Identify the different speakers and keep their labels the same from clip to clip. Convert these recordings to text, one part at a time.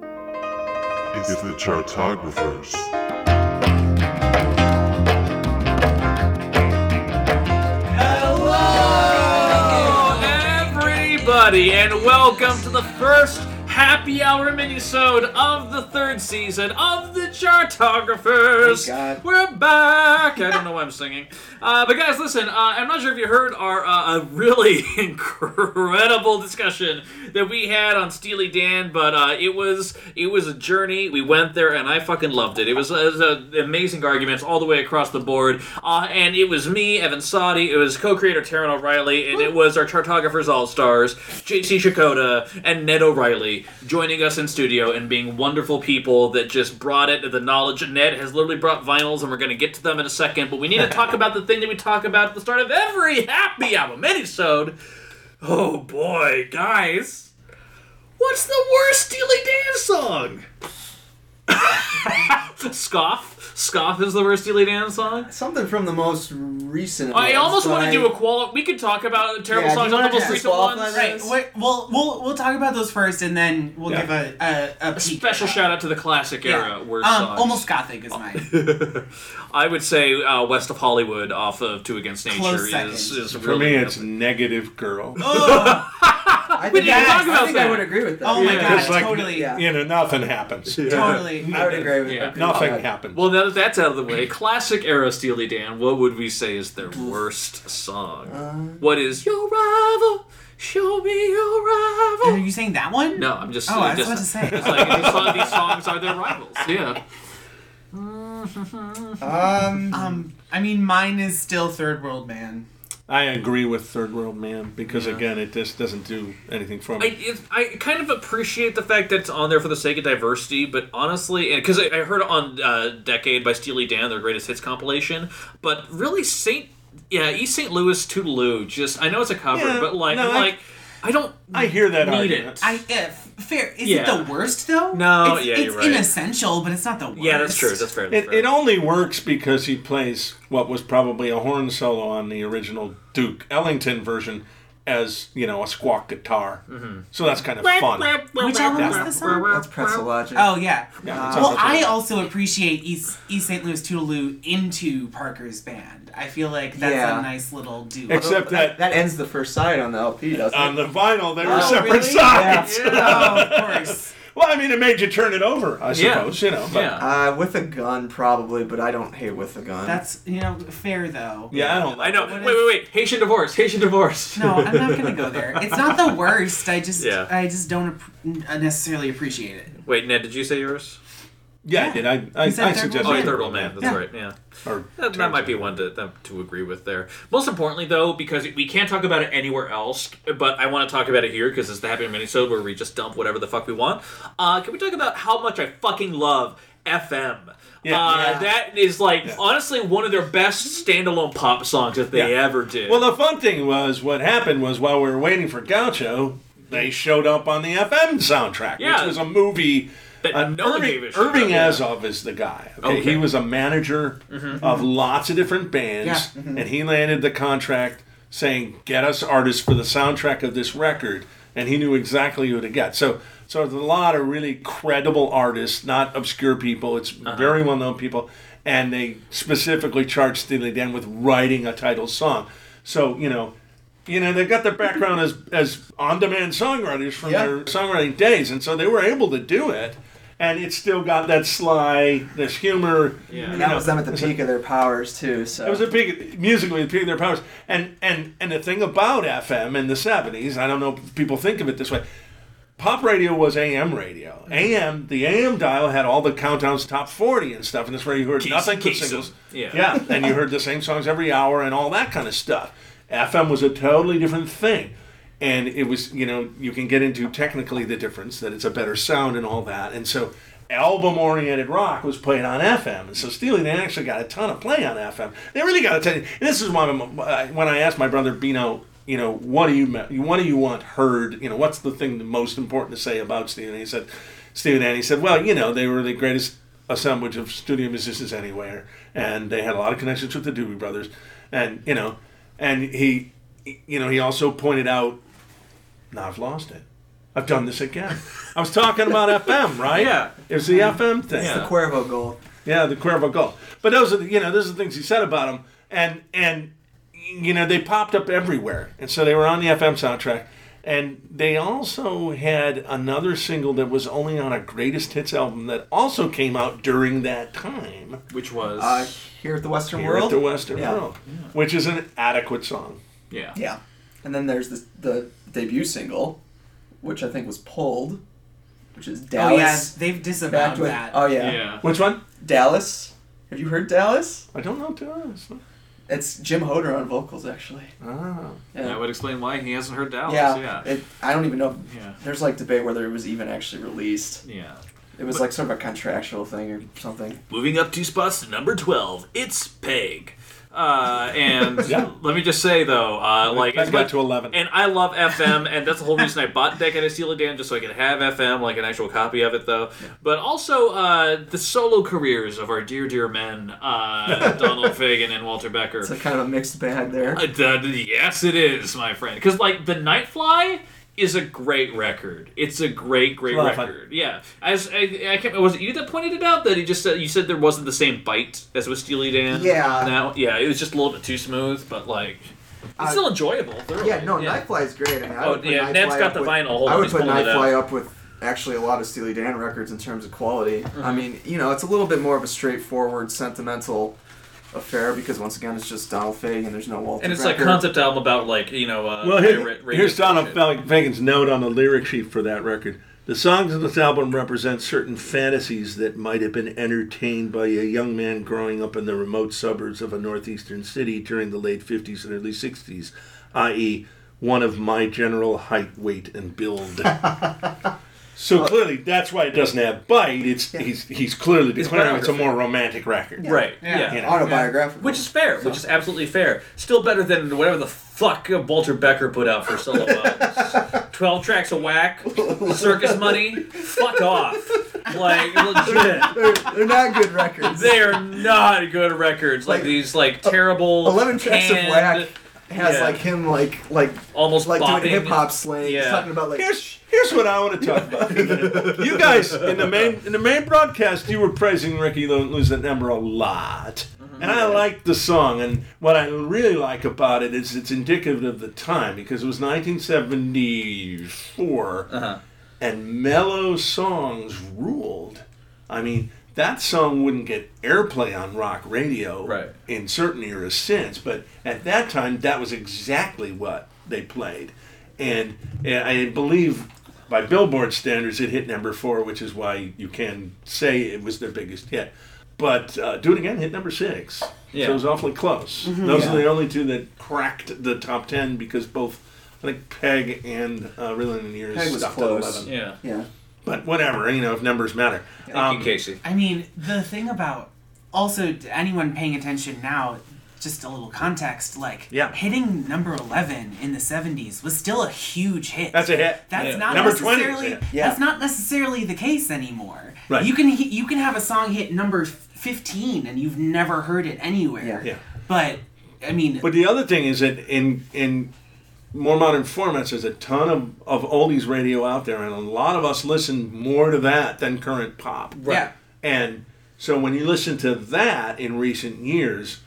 Speaker 1: It is the Chartographers.
Speaker 2: Hello, everybody, and welcome to the first happy hour minisode of the third season of the Chartographers.
Speaker 3: Thank God.
Speaker 2: We're back. I don't know why I'm singing, uh, but guys, listen. Uh, I'm not sure if you heard our uh, a really incredible discussion that we had on Steely Dan, but uh, it was it was a journey. We went there, and I fucking loved it. It was, it was uh, amazing arguments all the way across the board, uh, and it was me, Evan Sadi, it was co-creator Taryn O'Reilly, and it was our chartographers all stars, JC Shakota and Ned O'Reilly, joining us in studio and being wonderful people that just brought it. The knowledge Ned has literally brought vinyls, and we're going to get to them in a second. But we need to talk about the thing that we talk about at the start of every happy album episode. Oh boy, guys. What's the worst Steely Dan song? scoff. Scoff is the worst Steely Dan song.
Speaker 3: Something from the most recent.
Speaker 2: I
Speaker 3: ones,
Speaker 2: almost
Speaker 3: but
Speaker 2: want to
Speaker 3: I-
Speaker 2: do a qual. We could talk about terrible
Speaker 3: Yeah, do you
Speaker 2: songs on the
Speaker 3: wanna
Speaker 2: most
Speaker 3: just
Speaker 2: recent
Speaker 3: qualify
Speaker 2: ones.
Speaker 3: that?
Speaker 4: Right. Wait, well, we'll we'll talk about those first, and then we'll give a a, a,
Speaker 2: A
Speaker 4: peek.
Speaker 2: special shout out to the classic
Speaker 4: Yeah.
Speaker 2: era worst
Speaker 4: um,
Speaker 2: songs.
Speaker 4: almost gothic is mine.
Speaker 2: I would say uh, West of Hollywood off of Two Against Nature
Speaker 4: Close second.
Speaker 2: is, is
Speaker 5: For
Speaker 2: really
Speaker 5: me, it's negative girl.
Speaker 3: I
Speaker 2: We
Speaker 3: think,
Speaker 2: didn't even
Speaker 3: I,
Speaker 2: talk about
Speaker 3: think
Speaker 2: that.
Speaker 3: I would agree with that.
Speaker 4: Oh my
Speaker 2: Yeah.
Speaker 4: god,
Speaker 5: It's like-
Speaker 4: totally,
Speaker 3: Yeah.
Speaker 5: You know, nothing happens.
Speaker 4: totally.
Speaker 3: I would agree with
Speaker 2: Yeah.
Speaker 3: that.
Speaker 5: Nothing
Speaker 3: Yeah.
Speaker 5: happens.
Speaker 2: Well, now that that's out of the way, classic era Steely Dan, what would we say is their worst song? what is your rival? Show me your
Speaker 4: Are
Speaker 2: rival.
Speaker 4: you saying that one?
Speaker 2: No, I'm just.
Speaker 4: Oh, I was
Speaker 2: just,
Speaker 4: about to say.
Speaker 2: It's like these, song- these songs are their rivals. Yeah.
Speaker 3: Um,
Speaker 4: Um, I mean, mine is still Third World Man.
Speaker 5: I agree with Third World Man because, again, it just doesn't do anything for
Speaker 2: I,
Speaker 5: me.
Speaker 2: it, I kind of appreciate the fact that it's on there for the sake of diversity, but honestly, because I, I heard it on uh, Decade by Steely Dan, their greatest hits compilation, but really, St. Yeah, East St. Louis Toodaloo, just, I know it's a cover,
Speaker 5: Yeah,
Speaker 2: but like,
Speaker 5: no,
Speaker 2: I'm
Speaker 5: I-
Speaker 2: like, I don't.
Speaker 5: I hear that
Speaker 2: Need
Speaker 5: argument.
Speaker 2: it.
Speaker 4: I if fair is
Speaker 2: Yeah.
Speaker 4: it the worst though?
Speaker 2: No,
Speaker 4: it's,
Speaker 2: yeah,
Speaker 4: it's
Speaker 2: you're right.
Speaker 4: inessential, but it's not the worst.
Speaker 2: yeah, that's true. That's fair. That's
Speaker 5: It,
Speaker 2: fair.
Speaker 5: it only works because he plays what was probably a horn solo on the original Duke Ellington version as, you know, a squawk guitar.
Speaker 2: Mm-hmm.
Speaker 5: So that's kind of fun.
Speaker 2: Ah.
Speaker 4: Which album was this on?
Speaker 3: that's pretzel logic.
Speaker 4: Oh yeah.
Speaker 5: Yeah,
Speaker 3: Ah,
Speaker 5: it's
Speaker 4: well,
Speaker 5: also-
Speaker 4: I also appreciate East East St. Louis Toulouse into Parker's band. I feel like that's
Speaker 3: Yeah.
Speaker 4: a nice little duo.
Speaker 5: Except that,
Speaker 3: that ends the first side on the LP, doesn't
Speaker 5: on
Speaker 3: it?
Speaker 5: the vinyl, they were
Speaker 3: Oh,
Speaker 5: separate
Speaker 4: really?
Speaker 3: Yeah.
Speaker 5: sides.
Speaker 4: oh, of course.
Speaker 5: Well, I mean, it made you turn it over, I
Speaker 2: Yeah.
Speaker 5: suppose, you know. But,
Speaker 2: Yeah.
Speaker 3: Uh, with a gun, probably, but I don't hate with a gun.
Speaker 4: That's you know fair though.
Speaker 5: Yeah, I don't
Speaker 2: I
Speaker 5: like
Speaker 2: know.
Speaker 4: What
Speaker 2: Wait,
Speaker 4: is-
Speaker 2: wait, wait. Haitian divorce. Haitian divorce.
Speaker 4: No, I'm not gonna go there. It's not the worst. I just,
Speaker 2: Yeah.
Speaker 4: I just don't ap- uh, necessarily appreciate it.
Speaker 2: Wait, Ned, did you say yours?
Speaker 5: Yeah, I
Speaker 4: Yeah.
Speaker 5: did. I, I, I
Speaker 4: He said third
Speaker 5: suggested.
Speaker 2: Oh,
Speaker 4: Yeah.
Speaker 2: Third World Man. That's
Speaker 4: Yeah.
Speaker 2: right. Yeah.
Speaker 5: Or
Speaker 2: That, that might be one to that, to agree with there. Most importantly, though, because we can't talk about it anywhere else, but I want to talk about it here because it's the Happy Minisode where we just dump whatever the fuck we want. Uh, can we talk about how much I fucking love FM?
Speaker 5: Yeah.
Speaker 2: Uh,
Speaker 4: Yeah.
Speaker 2: That is like honestly one of their best standalone pop songs that they
Speaker 5: Yeah.
Speaker 2: ever did.
Speaker 5: Well, the fun thing was what happened was while we were waiting for Gaucho, they showed up on the FM soundtrack,
Speaker 2: Yeah.
Speaker 5: which was a movie.
Speaker 2: That
Speaker 5: uh,
Speaker 2: no one
Speaker 5: Irving,
Speaker 2: gave a shit
Speaker 5: Irving
Speaker 2: about.
Speaker 5: Azov is the guy. Okay?
Speaker 2: Okay. Mm-hmm.
Speaker 5: He was a manager of lots of different bands, Mm-hmm. and he landed the contract saying, "Get us artists for the soundtrack of this record," and he knew exactly who to get. So. So there's a lot of really credible artists, not obscure people. It's very well-known people, and they specifically charged Steely Dan with writing a title song. So you know, you know they've got their background as as on-demand songwriters from
Speaker 3: Yeah.
Speaker 5: their songwriting days and so they were able to do it and it's still got that sly this humor
Speaker 2: Yeah.
Speaker 3: and
Speaker 5: you
Speaker 3: that
Speaker 5: know,
Speaker 3: was them at the peak of their powers, too, so.
Speaker 5: it was a big musically the peak of their powers and and and the thing about fm in the 70s i don't know if people think of it this way pop radio was am radio am the am dial had all the countdowns top 40 and stuff and that's where you heard
Speaker 2: Keys-
Speaker 5: nothing but
Speaker 2: keys.
Speaker 5: singles
Speaker 2: Yeah.
Speaker 5: yeah and you heard the same songs every hour and all that kind of stuff fm was a totally different thing and it was you know you can get into technically the difference that it's a better sound and all that and so album oriented rock was played on fm and so steely dan actually got a ton of play on fm they really got a ton and this is why I'm- uh, when i asked my brother bino you know what do you me- what do you want heard you know what's the thing the most important to say about steely dan he said steely dan he said well you know they were the greatest assemblage of studio musicians anywhere and they had a lot of connections with the doobie brothers and you know and he you know he also pointed out now I've lost it. I've done this again. I was talking about FM, right?
Speaker 2: Yeah.
Speaker 5: It was the FM thing.
Speaker 2: Yeah.
Speaker 3: Cuervo goal.
Speaker 5: Yeah, the Cuervo goal. But those are the, you know those are the things he said about them, and and you know they popped up everywhere, and so they were on the FM soundtrack, and they also had another single that was only on a greatest hits album that also came out during that time
Speaker 2: Which was
Speaker 3: Uh, here at the Western
Speaker 5: here
Speaker 3: World.
Speaker 5: at the Western
Speaker 3: Yeah.
Speaker 5: World, which is an adequate song.
Speaker 2: yeah.
Speaker 3: Yeah. And then there's the, the debut single, which I think was pulled, which is
Speaker 4: Oh yeah,
Speaker 3: Dallas.
Speaker 4: they've
Speaker 3: Back
Speaker 4: disavowed
Speaker 3: with,
Speaker 4: that.
Speaker 3: oh yeah.
Speaker 2: yeah,
Speaker 5: Which one?
Speaker 3: Dallas. Have you heard Dallas?
Speaker 5: I don't know. Dallas.
Speaker 3: It's Jim Hoder on vocals actually.
Speaker 5: Ah.
Speaker 2: That would explain why he hasn't heard Dallas.
Speaker 3: yeah,
Speaker 2: Yeah,
Speaker 3: It, I don't even know. if-
Speaker 2: Yeah.
Speaker 3: There's like debate whether it was even actually released.
Speaker 2: yeah.
Speaker 3: It was like sort of a contractual thing or something.
Speaker 2: Moving up two spots to number twelve, it's Peg. Uh, and
Speaker 5: Yeah.
Speaker 2: let me just say though, uh, like
Speaker 5: Peg
Speaker 2: as
Speaker 5: got
Speaker 2: much-
Speaker 5: to 11.
Speaker 2: and I love FM, and that's the whole reason I bought Decade of Steel Dan just so I could have FM, like an actual copy of it though. But also uh, the solo careers of our dear dear men, uh, Donald Fagan and Walter Becker.
Speaker 3: It's a kind of a mixed bag there.
Speaker 2: Uh, the- the- yes, it is, my friend. Because like the Nightfly is a great record. It's a great, great
Speaker 5: It's a lot of fun.
Speaker 2: record. Yeah. As I, I can't, was it you that pointed it out that he just said you said there wasn't the same bite as with Steely Dan.
Speaker 6: Yeah.
Speaker 2: Now, yeah, it was just a little bit too smooth, but like it's
Speaker 6: Uh,
Speaker 2: still enjoyable. thoroughly.
Speaker 6: Yeah, no, Nightfly is great. I mean, I
Speaker 2: Oh,
Speaker 6: would put
Speaker 2: yeah,
Speaker 6: Nightfly
Speaker 2: Nat's got
Speaker 6: up
Speaker 2: the
Speaker 6: with,
Speaker 2: vinyl. Hold
Speaker 6: I
Speaker 2: on,
Speaker 6: would
Speaker 2: he's
Speaker 6: put
Speaker 2: pulling it
Speaker 6: Nightfly up with actually a lot of Steely Dan records in terms of quality.
Speaker 2: Mm-hmm.
Speaker 6: I mean, you know, it's a little bit more of a straightforward, sentimental affair because once again, it's just Donald Fagen. There's no Walter.
Speaker 2: And it's like
Speaker 6: Becker.
Speaker 2: concept album about like you know. Uh,
Speaker 5: Well, here-
Speaker 2: pirate radio
Speaker 5: here's Donald
Speaker 2: shit.
Speaker 5: Fa- Fagen's note on the lyric sheet for that record. The songs of this album represent certain fantasies that might have been entertained by a young man growing up in the remote suburbs of a northeastern city during the late 50s and early 60s, i.e., one of my general height, weight, and build. so clearly, that's why it doesn't have bite. It's he's he's clearly declaring it's a more romantic record.
Speaker 2: Right.
Speaker 4: Yeah.
Speaker 2: yeah.
Speaker 5: You know.
Speaker 6: autobiographical.
Speaker 2: Which is fair, which is absolutely fair. Still better than whatever the fuck Walter Becker put out for solo albums. Twelve tracks of whack, circus money, fuck off. Like legit.
Speaker 6: they're, they're not good records.
Speaker 2: They are not good records. Like,
Speaker 6: Like, uh,
Speaker 2: these like terrible
Speaker 6: Eleven tracks of
Speaker 2: canned,
Speaker 6: whack has
Speaker 2: yeah.
Speaker 6: like him like like
Speaker 2: almost
Speaker 6: like
Speaker 2: bopping.
Speaker 6: doing hip hop slang. He's
Speaker 2: Yeah.
Speaker 6: talking about like
Speaker 5: Here's here's what I want to talk about. you guys in the main in the main broadcast, you were praising Ricky Lo- losing number a lot, and I liked the song. And what I really like about it is it's indicative of the time because it was 1974, and mellow songs ruled. I mean. That song wouldn't get airplay on rock radio
Speaker 2: Right.
Speaker 5: in certain eras since, but at that time, that was exactly what they played. And uh, I believe by Billboard standards, it hit number four, which is why you can say it was their biggest hit. But uh, Do It Again hit number six.
Speaker 2: Yeah.
Speaker 5: So it was awfully close.
Speaker 3: Mm-hmm.
Speaker 5: Those are the only two that cracked the top 10 because both, I think, Peg and uh, Reeling in the Years
Speaker 3: Peg was
Speaker 5: stopped
Speaker 3: close.
Speaker 5: at 11.
Speaker 2: Yeah.
Speaker 3: yeah.
Speaker 5: But whatever, you know, if numbers matter. Um,
Speaker 2: Thank you, Casey.
Speaker 4: I mean, the thing about also to anyone paying attention now, just a little context, like
Speaker 5: Yeah.
Speaker 4: hitting number eleven in the seventies was still a huge hit.
Speaker 5: That's a hit.
Speaker 4: That's
Speaker 2: Yeah.
Speaker 4: not
Speaker 5: Number 20 was a
Speaker 4: necessarily
Speaker 5: hit.
Speaker 3: Yeah.
Speaker 4: that's not necessarily the case anymore.
Speaker 5: Right.
Speaker 4: You can hit, you can have a song hit number fifteen and you've never heard it anywhere.
Speaker 3: Yeah.
Speaker 5: Yeah.
Speaker 4: But I mean,
Speaker 5: But the other thing is that in in more modern formats, there's a ton of, of oldies radio out there, and a lot of us listen more to that than current pop.
Speaker 4: yeah,
Speaker 5: And so when you listen to that in recent years,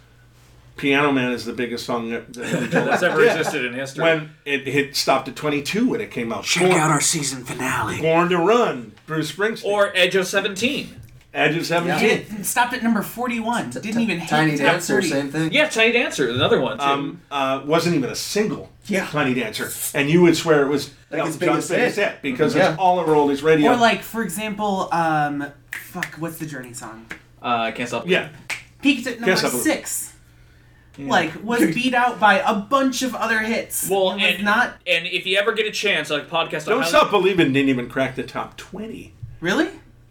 Speaker 5: Piano Man is the biggest song that, that
Speaker 2: That's ever existed in history.
Speaker 5: when it hit stopped at 22 when it came out.
Speaker 4: check
Speaker 5: Born,
Speaker 4: out our season finale.
Speaker 5: Born to Run, Bruce Springsteen,
Speaker 2: or Edge of Seventeen.
Speaker 5: Edge of
Speaker 4: And
Speaker 5: 17.
Speaker 4: it stopped at number forty-one. Didn't even hit
Speaker 3: Tiny
Speaker 4: top
Speaker 3: Dancer,
Speaker 4: 40.
Speaker 3: same thing.
Speaker 2: Yeah, Tiny Dancer, another one too.
Speaker 5: um, uh, wasn't even a single
Speaker 3: Yeah.
Speaker 5: Tiny Dancer. And you would swear it was
Speaker 6: Like
Speaker 5: Elton
Speaker 6: his biggest
Speaker 5: John's biggest
Speaker 6: hit.
Speaker 5: hit because
Speaker 3: Yeah.
Speaker 5: it's all over oldies radio.
Speaker 4: Or like, for example, um, fuck, what's the Journey song?
Speaker 2: uh, can't stop.
Speaker 5: yeah.
Speaker 4: Peaked at number
Speaker 5: Guess I believe-
Speaker 4: six. Like, was beat out by a bunch of other hits.
Speaker 2: Well,
Speaker 4: it was
Speaker 2: and
Speaker 4: not
Speaker 2: and if you ever get a chance, like podcast, I
Speaker 5: Don't
Speaker 2: highly-
Speaker 5: Stop Believing didn't even crack the top 20.
Speaker 4: really.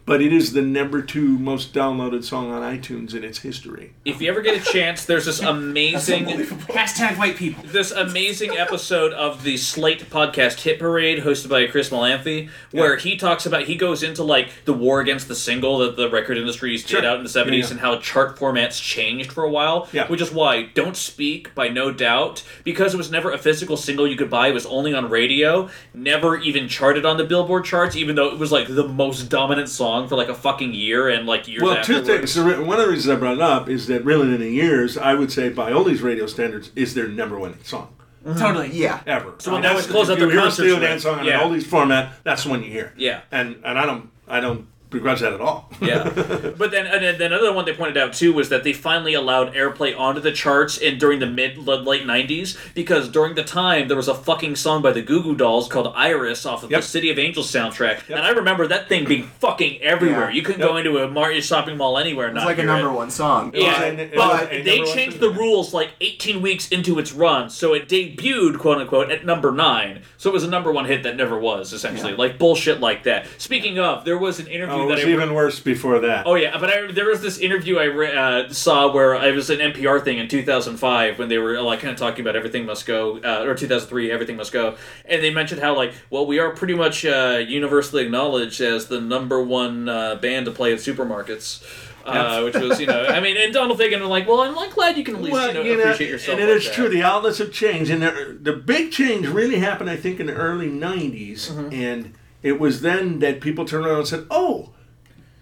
Speaker 5: but it is the number two most downloaded song on iTunes in its history.
Speaker 2: If you ever get a chance, there's this amazing
Speaker 3: Unbelievable.
Speaker 4: Hashtag white people.
Speaker 2: this amazing episode of the Slate podcast Hit Parade, hosted by Chris Melanthi, where he talks about he goes into like the war against the single that the record industries did
Speaker 5: Sure.
Speaker 2: out in the seventies
Speaker 5: Yeah, yeah.
Speaker 2: and how chart formats changed for a while.
Speaker 5: Yeah.
Speaker 2: Which is why Don't Speak by No Doubt, because it was never a physical single you could buy, it was only on radio, never even charted on the Billboard charts, even though it was like the most dominant song for like a fucking year and like years
Speaker 5: Well, two
Speaker 2: afterwards.
Speaker 5: things. The re- One of the reasons I brought it up is that really in the years, I would say by all these radio standards, is their number one song
Speaker 3: Uh-huh.
Speaker 4: Totally.
Speaker 6: Yeah.
Speaker 5: ever. So
Speaker 2: when that was closed out the
Speaker 5: you hear a
Speaker 2: concert
Speaker 5: Steely
Speaker 2: tour,
Speaker 5: Dan song on
Speaker 2: yeah.
Speaker 5: an oldies format, that's the one you hear.
Speaker 2: Yeah.
Speaker 5: and and I don't I don't begrudge that at all.
Speaker 2: yeah. But then, and then, then another one they pointed out too was that they finally allowed airplay onto the charts in during the mid late '90s because during the time there was a fucking song by the Goo Goo Dolls called "Iris" off of
Speaker 5: Yep.
Speaker 2: the City of Angels soundtrack, and I remember that thing being fucking everywhere.
Speaker 6: Yeah.
Speaker 2: You couldn't go into a Martin shopping mall anywhere. and
Speaker 6: It's
Speaker 2: not
Speaker 6: like a
Speaker 2: hear
Speaker 6: number
Speaker 2: it.
Speaker 6: one song.
Speaker 2: Yeah,
Speaker 5: It was a- it was
Speaker 2: but
Speaker 5: a
Speaker 2: they
Speaker 5: number one
Speaker 2: changed the
Speaker 5: single.
Speaker 2: rules like 18 weeks into its run, so it debuted, quote unquote, at number nine. So it was a number one hit that never was, essentially. Like bullshit like that. Speaking of, there was an interview
Speaker 5: Oh, it
Speaker 2: that
Speaker 5: was
Speaker 2: I
Speaker 5: even worse before that.
Speaker 2: Oh yeah, but I, there was this interview I re- uh, saw where it was an NPR thing in 2005 when they were like kind of talking about everything must go uh, or 2003 everything must go, and they mentioned how like well we are pretty much uh, universally acknowledged as the number one uh, band to play at supermarkets, uh, which was you know I mean and Donald Fagen was like well I'm like glad you can at least you know, appreciate yourself
Speaker 5: and it
Speaker 2: like
Speaker 5: is
Speaker 2: that.
Speaker 5: true. The outlets have changed, and the, the big change really happened, I think, in the early '90s,
Speaker 2: Mm-hmm.
Speaker 5: and it was then that people turned around and said, "Oh,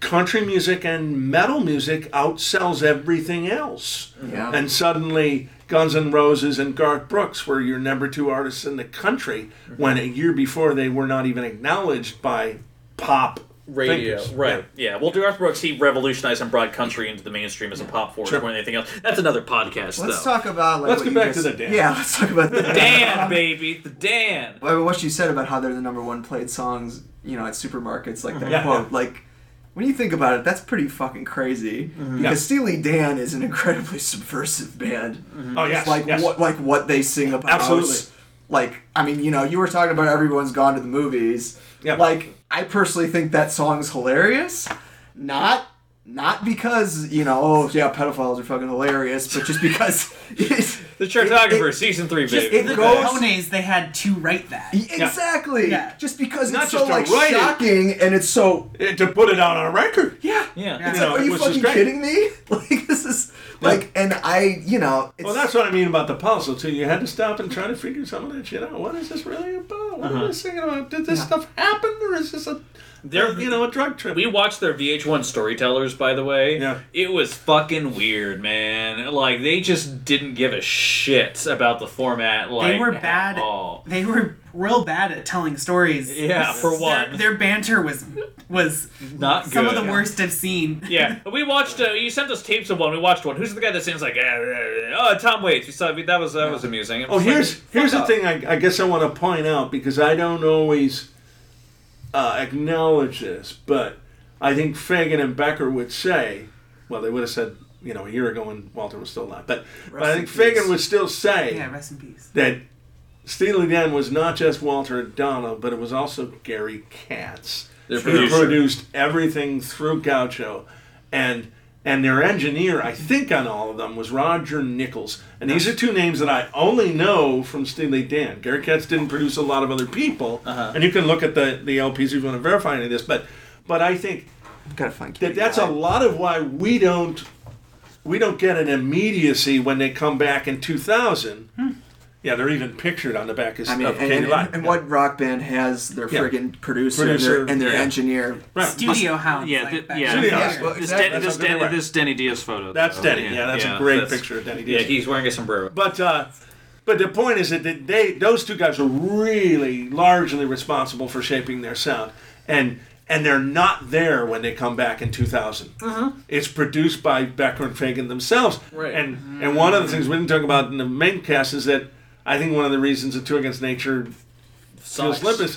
Speaker 5: country music and metal music outsells everything else."
Speaker 6: Yeah.
Speaker 5: And suddenly, Guns N' Roses and Garth Brooks were your number two artists in the country,
Speaker 2: Mm-hmm.
Speaker 5: when a year before they were not even acknowledged by pop
Speaker 2: radio,
Speaker 5: thinkers.
Speaker 2: right? Yeah. Well, Garth Brooks he revolutionized and brought country into the mainstream as a pop force
Speaker 5: Sure.
Speaker 2: more than anything else. That's another podcast
Speaker 6: Let's
Speaker 2: though.
Speaker 6: talk about like.
Speaker 5: Let's
Speaker 6: what
Speaker 5: get
Speaker 6: you
Speaker 5: back to
Speaker 6: guys-
Speaker 5: the Dan.
Speaker 6: Yeah, let's talk about the Dan.
Speaker 2: Dan, baby, the Dan.
Speaker 6: Well, What you said about how they're the number one played songs, you know, at supermarkets, like that
Speaker 5: Mm-hmm. Yeah.
Speaker 6: quote, like. When you think about it, that's pretty fucking crazy. Because Steely Dan is an incredibly subversive band.
Speaker 5: Oh yes,
Speaker 6: It's like
Speaker 5: yes.
Speaker 6: what like what they sing about.
Speaker 5: Absolutely.
Speaker 6: Like I mean, you know, you were talking about everyone's gone to the movies.
Speaker 5: Yeah.
Speaker 6: Like I personally think that song's hilarious. Not not because you know, oh yeah, pedophiles are fucking hilarious, but just because it's,
Speaker 2: The Chartographer, season three, baby.
Speaker 6: it
Speaker 4: The
Speaker 6: goes-
Speaker 4: Colones, they had to write that.
Speaker 6: E, exactly
Speaker 4: Yeah.
Speaker 6: just because
Speaker 5: Not
Speaker 6: it's so
Speaker 5: just to
Speaker 6: like
Speaker 5: write it.
Speaker 6: shocking and it's so
Speaker 5: Eh, to put it out on a record.
Speaker 6: yeah
Speaker 2: Yeah.
Speaker 6: It's
Speaker 5: You
Speaker 6: like,
Speaker 5: know,
Speaker 6: are you
Speaker 5: which is
Speaker 6: fucking
Speaker 5: great.
Speaker 6: kidding me? Like this is like, and I, you know, it's,
Speaker 5: Well, that's what I mean about the puzzle too. You had to stop and try to figure some of that shit out. What is this really about? What
Speaker 6: Uh-huh.
Speaker 5: are they singing about? Did this stuff happen, or is this a,
Speaker 2: They're-
Speaker 5: you know, a drug trip?
Speaker 2: we watched their VH1 storytellers, by the way.
Speaker 5: Yeah.
Speaker 2: It was fucking weird, man. Like they just didn't give a shit about the format. Like
Speaker 4: They were
Speaker 2: at
Speaker 4: bad.
Speaker 2: all.
Speaker 4: They were real bad at telling stories.
Speaker 2: Yeah, for
Speaker 4: Their,
Speaker 2: one,
Speaker 4: their banter was was
Speaker 2: not good.
Speaker 4: some of the worst I've seen.
Speaker 2: Yeah, we watched. Uh, you sent us tapes of one. We watched one. Who's the guy that sings like, "Ah, ah, ah," oh, Tom Waits? We saw that was that was amusing. It
Speaker 5: Oh,
Speaker 2: was like,
Speaker 5: here's here's the
Speaker 2: up.
Speaker 5: thing. I, I guess I want to point out because I don't always uh, acknowledge this, but I think Fagan and Becker would say, well, they would have said, you know, a year ago when Walter was still alive, but, but I
Speaker 6: Rest
Speaker 5: think
Speaker 6: in peace.
Speaker 5: Fagan would still say
Speaker 4: Yeah, rest in peace.
Speaker 5: that Steely Dan was not just Walter Donald, but it was also Gary Katz.
Speaker 2: Their
Speaker 5: who
Speaker 2: producer.
Speaker 5: produced everything through Gaucho, and and their engineer, I think, on all of them was Roger Nichols. And these are two names that I only know from Steely Dan. Gary Katz didn't produce a lot of other people,
Speaker 2: Uh-huh.
Speaker 5: and you can look at the the LPs if you want to verify any of this. But but I think
Speaker 6: gotta find.
Speaker 5: that that's a lot of why we don't we don't get an immediacy when they come back in 2000 yeah they're even pictured on the back of,
Speaker 6: I mean,
Speaker 5: of
Speaker 6: and,
Speaker 5: Katie
Speaker 6: and,
Speaker 5: Live.
Speaker 6: and what rock band has their
Speaker 5: Yeah.
Speaker 6: friggin' producer,
Speaker 5: Producer,
Speaker 6: and their, and their
Speaker 5: yeah.
Speaker 6: engineer?
Speaker 5: Right.
Speaker 4: Studio hounds.
Speaker 2: yeah,
Speaker 4: like
Speaker 2: th-
Speaker 4: back
Speaker 2: yeah.
Speaker 4: then.
Speaker 5: Studio
Speaker 4: Yeah.
Speaker 5: hounds.
Speaker 2: This,
Speaker 6: Exactly.
Speaker 2: Den- this,
Speaker 5: That's a good
Speaker 2: Den-
Speaker 5: word.
Speaker 2: this Denny Diaz photo.
Speaker 5: that's
Speaker 2: though.
Speaker 5: Denny yeah, that's a great picture of Denny
Speaker 2: Yeah,
Speaker 5: Diaz.
Speaker 2: he's wearing a sombrero.
Speaker 5: but uh but the point is that they those two guys are really largely responsible for shaping their sound and and they're not there when they come back in 2000. It's produced by Becker and Fagan themselves.
Speaker 2: Mm-hmm. Right.
Speaker 5: And and one of the things we didn't talk about in the main cast is that I think one of the reasons that Two Against Nature
Speaker 2: Sucks.
Speaker 5: Phil Lippis,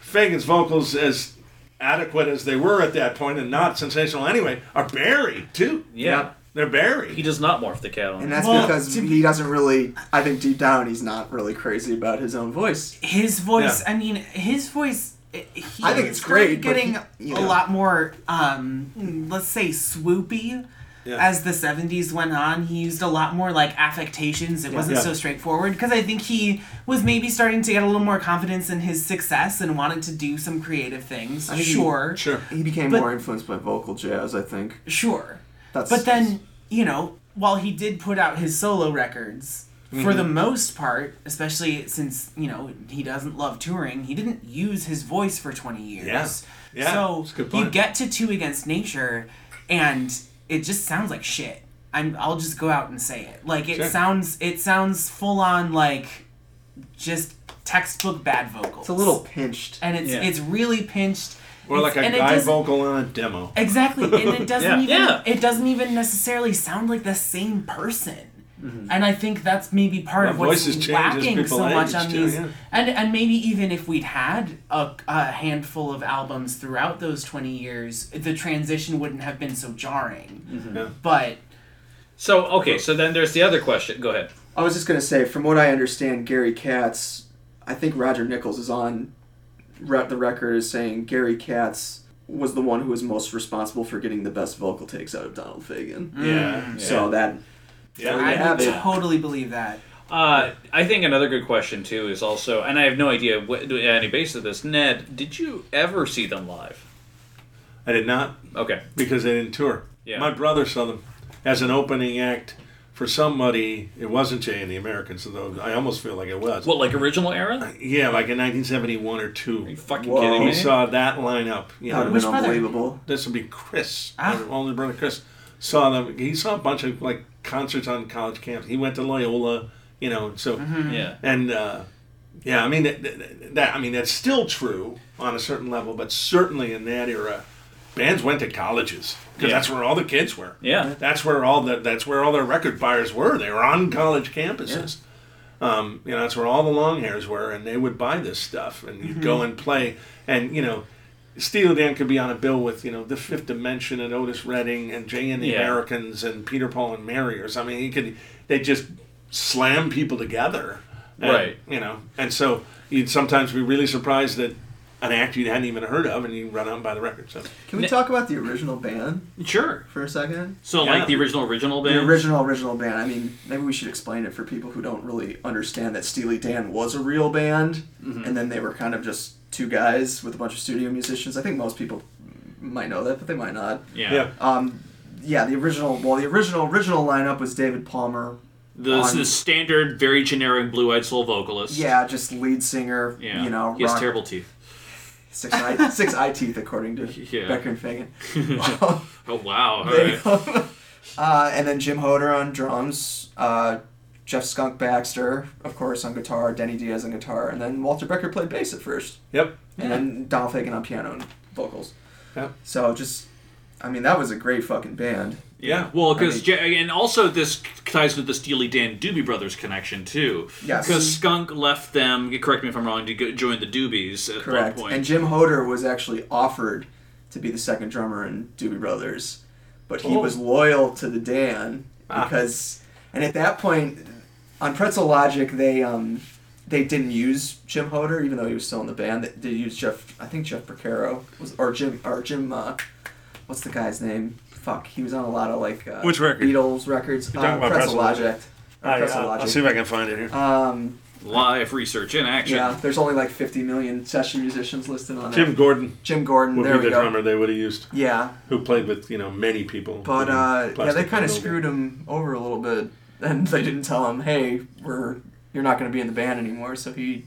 Speaker 5: Fagan's vocals, as adequate as they were at that point, and not sensational anyway, are buried too.
Speaker 2: Yeah.
Speaker 5: They're buried.
Speaker 2: He does not morph the cat on.
Speaker 6: And that's
Speaker 4: Well,
Speaker 6: because
Speaker 4: to
Speaker 6: he doesn't really. I think deep down, he's not really crazy about his own voice.
Speaker 4: His voice.
Speaker 5: Yeah.
Speaker 4: I mean, his voice it- he
Speaker 6: I think it's
Speaker 4: started
Speaker 6: great, but
Speaker 4: Getting
Speaker 6: he- you
Speaker 4: a
Speaker 6: know.
Speaker 4: lot more, um, let's say, swoopy.
Speaker 5: Yeah.
Speaker 4: As the '70s went on, he used a lot more like affectations. It wasn't
Speaker 5: Yeah.
Speaker 4: so straightforward because I think he was maybe starting to get a little more confidence in his success and wanted to do some creative things.
Speaker 6: mean,
Speaker 4: sure,
Speaker 5: Sure.
Speaker 6: He became
Speaker 4: But-
Speaker 6: more influenced by vocal jazz, I think.
Speaker 4: sure.
Speaker 6: That's
Speaker 4: But then, you know, while he did put out his solo records, for
Speaker 5: Mm-hmm.
Speaker 4: the most part, especially since, you know, he doesn't love touring, he didn't use his voice for 20 years.
Speaker 5: Yeah. Yeah,
Speaker 4: So
Speaker 5: that's a good
Speaker 4: you
Speaker 5: point.
Speaker 4: get to Two Against Nature, and it just sounds like shit. I'm, I'll just go out and say it. Like it
Speaker 5: Sure.
Speaker 4: sounds, it sounds full on like just textbook bad vocals.
Speaker 6: it's a little pinched.
Speaker 4: and it's
Speaker 2: Yeah.
Speaker 4: it's really pinched.
Speaker 5: Or like a
Speaker 4: It's- and it
Speaker 5: guy
Speaker 4: doesn't-
Speaker 5: vocal on a demo.
Speaker 4: Exactly, and it doesn't
Speaker 5: Yeah.
Speaker 4: even
Speaker 2: Yeah.
Speaker 4: it doesn't even necessarily sound like the same person. And I think that's maybe part
Speaker 5: Well,
Speaker 4: of what's
Speaker 5: Mm-hmm. voices change as
Speaker 4: lacking
Speaker 5: people
Speaker 4: so much
Speaker 5: age,
Speaker 4: on
Speaker 5: too,
Speaker 4: these.
Speaker 5: yeah.
Speaker 4: And and maybe even if we'd had a, a handful of albums throughout those twenty years, the transition wouldn't have been so jarring.
Speaker 5: Yeah.
Speaker 4: But
Speaker 2: So okay, so then there's the other question. Go ahead.
Speaker 6: I was just gonna say, from what I understand, Gary Katz, I think Roger Nichols is on re- the record as saying Gary Katz was the one who was most responsible for getting the best vocal takes out of Donald Fagen.
Speaker 5: Yeah.
Speaker 6: So that
Speaker 5: Oh, Yeah.
Speaker 6: there you
Speaker 4: I
Speaker 6: have
Speaker 4: would
Speaker 6: it.
Speaker 4: totally believe that.
Speaker 2: Uh, I think another good question too is also, and I have no idea what, any base of this. Ned, did you ever see them live?
Speaker 5: I did not
Speaker 2: Okay.
Speaker 5: because they didn't tour.
Speaker 2: Yeah.
Speaker 5: My brother saw them as an opening act for somebody. It wasn't Jay and the Americans, though I almost feel like it was.
Speaker 2: What like original era?
Speaker 5: yeah, like in 1971 or two.
Speaker 2: Are you fucking
Speaker 6: Whoa.
Speaker 2: kidding
Speaker 5: He
Speaker 2: me?
Speaker 5: saw that lineup. You
Speaker 6: That would
Speaker 5: know,
Speaker 6: have
Speaker 4: Which
Speaker 6: been
Speaker 4: brother?
Speaker 6: unbelievable.
Speaker 5: this would be Chris,
Speaker 4: Ah.
Speaker 5: my older brother Chris, saw them. He saw a bunch of like concerts on college camps. He went to Loyola, you know. So
Speaker 2: yeah.
Speaker 5: and uh, yeah, I mean that, that- that. I mean that's still true on a certain level, but certainly in that era, bands went to colleges because
Speaker 2: Yeah.
Speaker 5: that's where all the kids were.
Speaker 2: Yeah.
Speaker 5: That's where all the that's where all their record buyers were. They were on college campuses. Um, you know, that's where all the long hairs were, and they would buy this stuff, and you'd go and play, and you know. Steely Dan could be on a bill with you know the Fifth Dimension and Otis Redding and Jay and the
Speaker 2: Yeah.
Speaker 5: Americans and Peter Paul and Mary or something. He could they just slam people together, and,
Speaker 2: Right.
Speaker 5: You know, and so you'd sometimes be really surprised that an act you hadn't even heard of, and you run out and buy the record. So
Speaker 6: Can we
Speaker 2: Ne-
Speaker 6: talk about the original band
Speaker 2: Sure.
Speaker 6: for a second?
Speaker 2: So
Speaker 5: Yeah.
Speaker 2: like the original original band.
Speaker 6: The original original band. I mean, maybe we should explain it for people who don't really understand that Steely Dan was a real band,
Speaker 4: Mm-hmm.
Speaker 6: and then they were kind of just two guys with a bunch of studio musicians. I think most people might know that, but they might not.
Speaker 2: yeah.
Speaker 6: Um, yeah, the original. Well, the original original lineup was David Palmer.
Speaker 2: The,
Speaker 6: on-
Speaker 2: the standard, very generic Blue Eyed Soul vocalist.
Speaker 6: Yeah, just lead singer.
Speaker 2: Yeah.
Speaker 6: You know,
Speaker 2: he has
Speaker 6: rock-
Speaker 2: terrible teeth.
Speaker 6: six eye, six eye teeth, according to
Speaker 2: Yeah.
Speaker 6: Becker and Fagan.
Speaker 2: Oh wow. All
Speaker 6: There you
Speaker 2: right.
Speaker 6: go. uh, and then Jim Hoder on drums, uh, Jeff Skunk Baxter, of course, on guitar, Denny Diaz on guitar, and then Walter Becker played bass at first,
Speaker 5: Yep.
Speaker 6: and then Donald Fagen on piano and vocals.
Speaker 5: Yep.
Speaker 6: So just, I mean, that was a great fucking band.
Speaker 5: Yeah.
Speaker 2: Well, because
Speaker 6: mean-
Speaker 2: and also this ties with the Steely Dan Doobie Brothers connection too.
Speaker 6: Yes.
Speaker 2: Because Skunk left them. Correct me if I'm wrong. To go, join the Doobies at
Speaker 6: Correct.
Speaker 2: one point.
Speaker 6: And Jim Hoder was actually offered to be the second drummer in Doobie Brothers, but he
Speaker 5: Oh.
Speaker 6: was loyal to the Dan
Speaker 5: Ah.
Speaker 6: because, and at that point, on Pretzel Logic, they um they didn't use Jim Hoder even though he was still in the band. They, they used Jeff, I think Jeff Percaro was or Jim or Jim, uh, what's the guy's name? Fuck, he was on a lot of like uh,
Speaker 5: Which record?
Speaker 6: Beatles records.
Speaker 5: You're talking
Speaker 6: Uh,
Speaker 5: about
Speaker 6: Pretzel
Speaker 5: Pretzel Logic. Ah,
Speaker 6: Logic. Or Pretzel Logic.
Speaker 5: if I can find it here.
Speaker 6: Um,
Speaker 2: Live research in action.
Speaker 6: yeah, there's only like 50 million session musicians listed on there.
Speaker 5: Jim Gordon
Speaker 6: Jim Gordon.
Speaker 5: would
Speaker 6: there we
Speaker 5: be the
Speaker 6: go.
Speaker 5: drummer they would have used,
Speaker 6: Yeah,
Speaker 5: who played with you know many people.
Speaker 6: but uh, yeah, they
Speaker 5: Plastic
Speaker 6: kind of
Speaker 5: Ono.
Speaker 6: screwed him over a little bit, and they didn't tell him, "Hey, we're you're not going to be in the band anymore." So he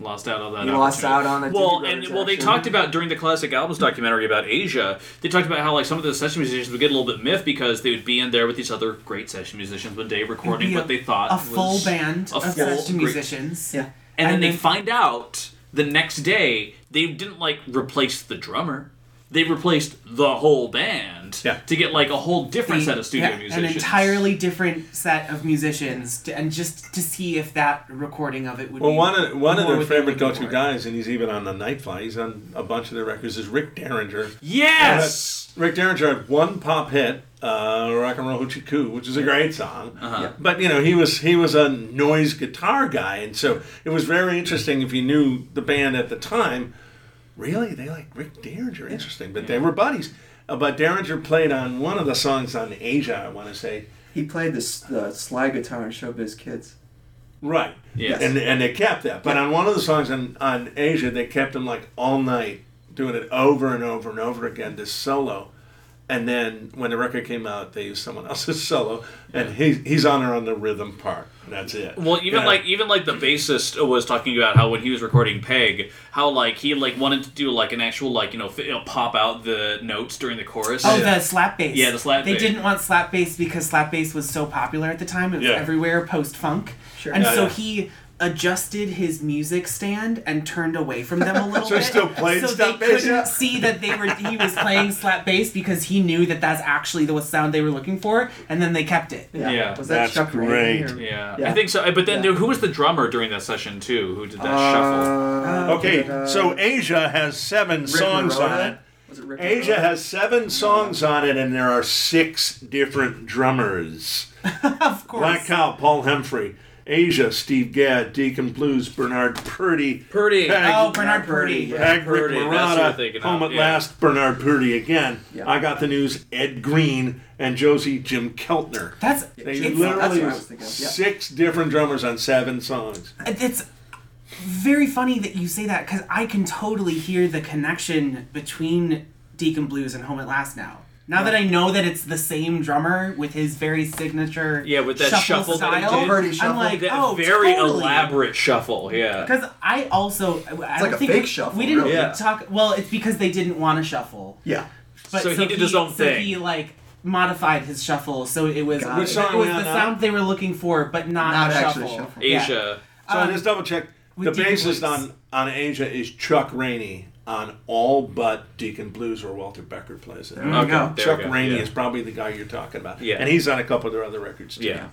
Speaker 2: Lost out on that.
Speaker 6: he lost
Speaker 2: opportunity.
Speaker 6: out on it.
Speaker 2: Well, and well, they talked about during the classic albums documentary about Asia. They talked about how like some of the session musicians would get a little bit miffed because they would be in there with these other great session musicians one day recording
Speaker 4: Be
Speaker 2: what they thought
Speaker 4: a
Speaker 2: was
Speaker 4: full band
Speaker 2: a
Speaker 4: of
Speaker 2: full
Speaker 4: such
Speaker 2: great-
Speaker 4: musicians.
Speaker 6: Yeah.
Speaker 2: and then
Speaker 4: and
Speaker 2: they
Speaker 4: then-
Speaker 2: find out the next day they didn't like replace the drummer. They replaced the whole band
Speaker 5: Yeah.
Speaker 2: to get like a whole different set of studio
Speaker 4: Yeah,
Speaker 2: musicians.
Speaker 4: An entirely different set of musicians, to, and just to see if that recording of it would
Speaker 5: Well,
Speaker 4: be.
Speaker 5: one of one of
Speaker 4: more what
Speaker 5: their
Speaker 4: they were
Speaker 5: favorite
Speaker 4: looking
Speaker 5: go-to
Speaker 4: for.
Speaker 5: guys, and he's even on the Nightfly. He's on a bunch of their records. Is Rick Derringer.
Speaker 2: Yes.
Speaker 5: Rick Derringer had one pop hit, uh, "Rock and Roll Hoochie Coo," which is a great song.
Speaker 6: Uh-huh.
Speaker 5: But you know, he was he was a noise guitar guy, and so it was very interesting if you knew the band at the time. really they like Rick Derringer. Interesting, but they were buddies. Uh, but Derringer played on one of the songs on Asia. I want to say
Speaker 6: He played this the slide guitar in Showbiz Kids.
Speaker 5: right.
Speaker 2: Yes.
Speaker 5: And and they kept that. But on one of the songs on on Asia, they kept him like all night doing it over and over and over again this solo. And then when the record came out, they used someone else's solo, and he's he's on there on the rhythm part. And that's it.
Speaker 2: Well, even
Speaker 5: Yeah.
Speaker 2: like even like the bassist was talking about how when he was recording Peg, how like he like wanted to do like an actual like you know, fi- you know, pop out the notes during the chorus.
Speaker 4: Oh, the slap bass.
Speaker 2: Yeah, the slap
Speaker 4: They
Speaker 2: bass.
Speaker 4: didn't want slap bass because slap bass was so popular at the time. It was
Speaker 5: Yeah.
Speaker 4: everywhere post funk.
Speaker 6: Sure.
Speaker 4: And
Speaker 5: Yeah,
Speaker 4: so
Speaker 5: yeah.
Speaker 4: he adjusted his music stand and turned away from them a little
Speaker 5: So he
Speaker 4: bit.
Speaker 5: still played
Speaker 4: so
Speaker 5: slap
Speaker 4: they
Speaker 5: bass,
Speaker 4: couldn't
Speaker 5: yeah.
Speaker 4: see that they were he was playing slap bass because he knew that that's actually the sound they were looking for, and then they kept it.
Speaker 2: Yeah,
Speaker 6: Was that
Speaker 5: that's
Speaker 6: Chuck Rainey
Speaker 5: great.
Speaker 6: or-
Speaker 2: Yeah. I
Speaker 6: Yeah.
Speaker 2: think so. But then
Speaker 6: Yeah.
Speaker 2: there, who was the drummer during that session too? Who did that shuffle?
Speaker 6: Uh,
Speaker 5: Okay, so Asia has seven
Speaker 6: Rick
Speaker 5: songs on
Speaker 6: Marotta?
Speaker 5: it.
Speaker 6: Was it Rick
Speaker 5: Asia
Speaker 6: Marotta?
Speaker 5: has seven songs on it, and there are six different drummers.
Speaker 4: Of course.
Speaker 5: Black Cow, Paul Humphrey. Asia, Steve Gadd, Deacon Blues, Bernard Purdy.
Speaker 2: Purdy.
Speaker 5: Peg,
Speaker 4: Oh, Bernard
Speaker 6: Purdy,
Speaker 4: Purdy.
Speaker 6: yeah.
Speaker 5: Peg
Speaker 2: Purdy, that's
Speaker 5: Rick
Speaker 2: what I'm
Speaker 5: Marotta,
Speaker 2: thinking
Speaker 5: Home
Speaker 2: of,
Speaker 5: at
Speaker 2: yeah.
Speaker 5: Last, Bernard Purdy again.
Speaker 6: Yeah.
Speaker 5: I Got the News, Ed Green, and Josie Jim Keltner.
Speaker 4: That's
Speaker 5: They
Speaker 4: it's-
Speaker 6: that's
Speaker 5: literally
Speaker 6: what I was thinking of, yeah.
Speaker 5: six different drummers on seven songs.
Speaker 4: It's very funny that you say that because I can totally hear the connection between Deacon Blues and Home at Last now. Now that I know that it's the same drummer with his very signature
Speaker 2: Yeah, with that shuffle that he
Speaker 4: style,
Speaker 2: did.
Speaker 6: Birdie
Speaker 4: I'm
Speaker 6: shuffle.
Speaker 4: like,
Speaker 2: That
Speaker 4: oh,
Speaker 2: very
Speaker 4: totally.
Speaker 2: elaborate shuffle. Yeah.
Speaker 4: Because I also, I don't
Speaker 6: like a
Speaker 4: think
Speaker 6: fake shuffle,
Speaker 4: We didn't
Speaker 6: really.
Speaker 2: Yeah.
Speaker 4: talk. Well, it's because they didn't want to shuffle.
Speaker 6: Yeah.
Speaker 4: But
Speaker 2: So he did his own
Speaker 4: so
Speaker 2: thing.
Speaker 4: He like modified his shuffle, so it was
Speaker 6: Got it. Which
Speaker 5: song
Speaker 4: it was
Speaker 5: we
Speaker 4: the
Speaker 5: on now?
Speaker 4: sound they were looking for, but not,
Speaker 6: Not
Speaker 4: shuffle.
Speaker 6: actually shuffle.
Speaker 4: Yeah.
Speaker 2: Asia.
Speaker 5: So
Speaker 6: Um,
Speaker 5: I just double checked. The
Speaker 4: with Deacon Blues.
Speaker 5: bassist on, on Asia is Chuck Rainey on all but Deacon Blues or Walter Becker plays it.
Speaker 2: Okay.
Speaker 4: go.
Speaker 2: there
Speaker 5: Chuck
Speaker 2: we go,
Speaker 5: Rainey
Speaker 2: yeah.
Speaker 5: is probably the guy you're talking about.
Speaker 2: Yeah.
Speaker 5: And he's on a couple of their other records too.
Speaker 2: Yeah.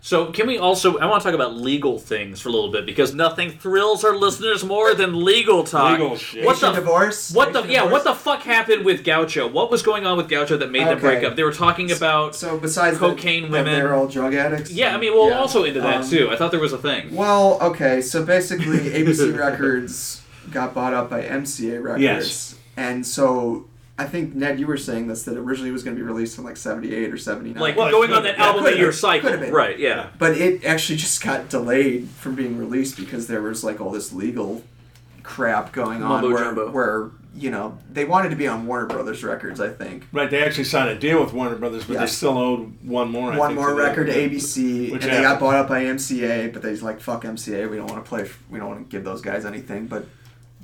Speaker 2: So can we also? I want to talk about legal things for a little bit because nothing thrills our listeners more than legal talk.
Speaker 5: Legal shit.
Speaker 2: What the
Speaker 6: Nation divorce?
Speaker 2: What the
Speaker 6: Nation
Speaker 2: yeah? What
Speaker 6: divorce?
Speaker 2: the fuck happened with Gaucho? What was going on with Gaucho that made them
Speaker 6: Okay.
Speaker 2: break up? They were talking about.
Speaker 6: So besides the-
Speaker 2: Cocaine
Speaker 6: that
Speaker 2: women.
Speaker 6: they're all drug addicts.
Speaker 2: yeah, I mean, well,
Speaker 6: Yeah.
Speaker 2: also into that
Speaker 6: Um,
Speaker 2: too. I thought there was a thing.
Speaker 6: Well, okay, so basically ABC Records got bought up by MCA Records.
Speaker 5: Yes.
Speaker 6: And so I think Ned you were saying this that originally it was going to be released in like 78 or 79.
Speaker 2: like
Speaker 5: Well, it
Speaker 2: going on
Speaker 5: could've-
Speaker 2: that
Speaker 5: yeah,
Speaker 2: album
Speaker 6: could've
Speaker 2: a year
Speaker 6: been.
Speaker 2: cycle,
Speaker 6: Could've been.
Speaker 2: right? Yeah.
Speaker 6: but it actually just got delayed from being released because there was like all this legal crap going on
Speaker 2: Mumbo
Speaker 6: where,
Speaker 2: jumbo.
Speaker 6: where you know they wanted to be on Warner Brothers Records I think
Speaker 5: Right, they actually signed a deal with Warner Brothers, but they
Speaker 6: Yes.
Speaker 5: still owed one more. I
Speaker 6: one
Speaker 5: think,
Speaker 6: more
Speaker 5: to the-
Speaker 6: record to ABC,
Speaker 5: Which
Speaker 6: and they got
Speaker 5: happened.
Speaker 6: bought up by MCA. But they was like, "Fuck MCA, we don't want to play, we don't want to give those guys anything." But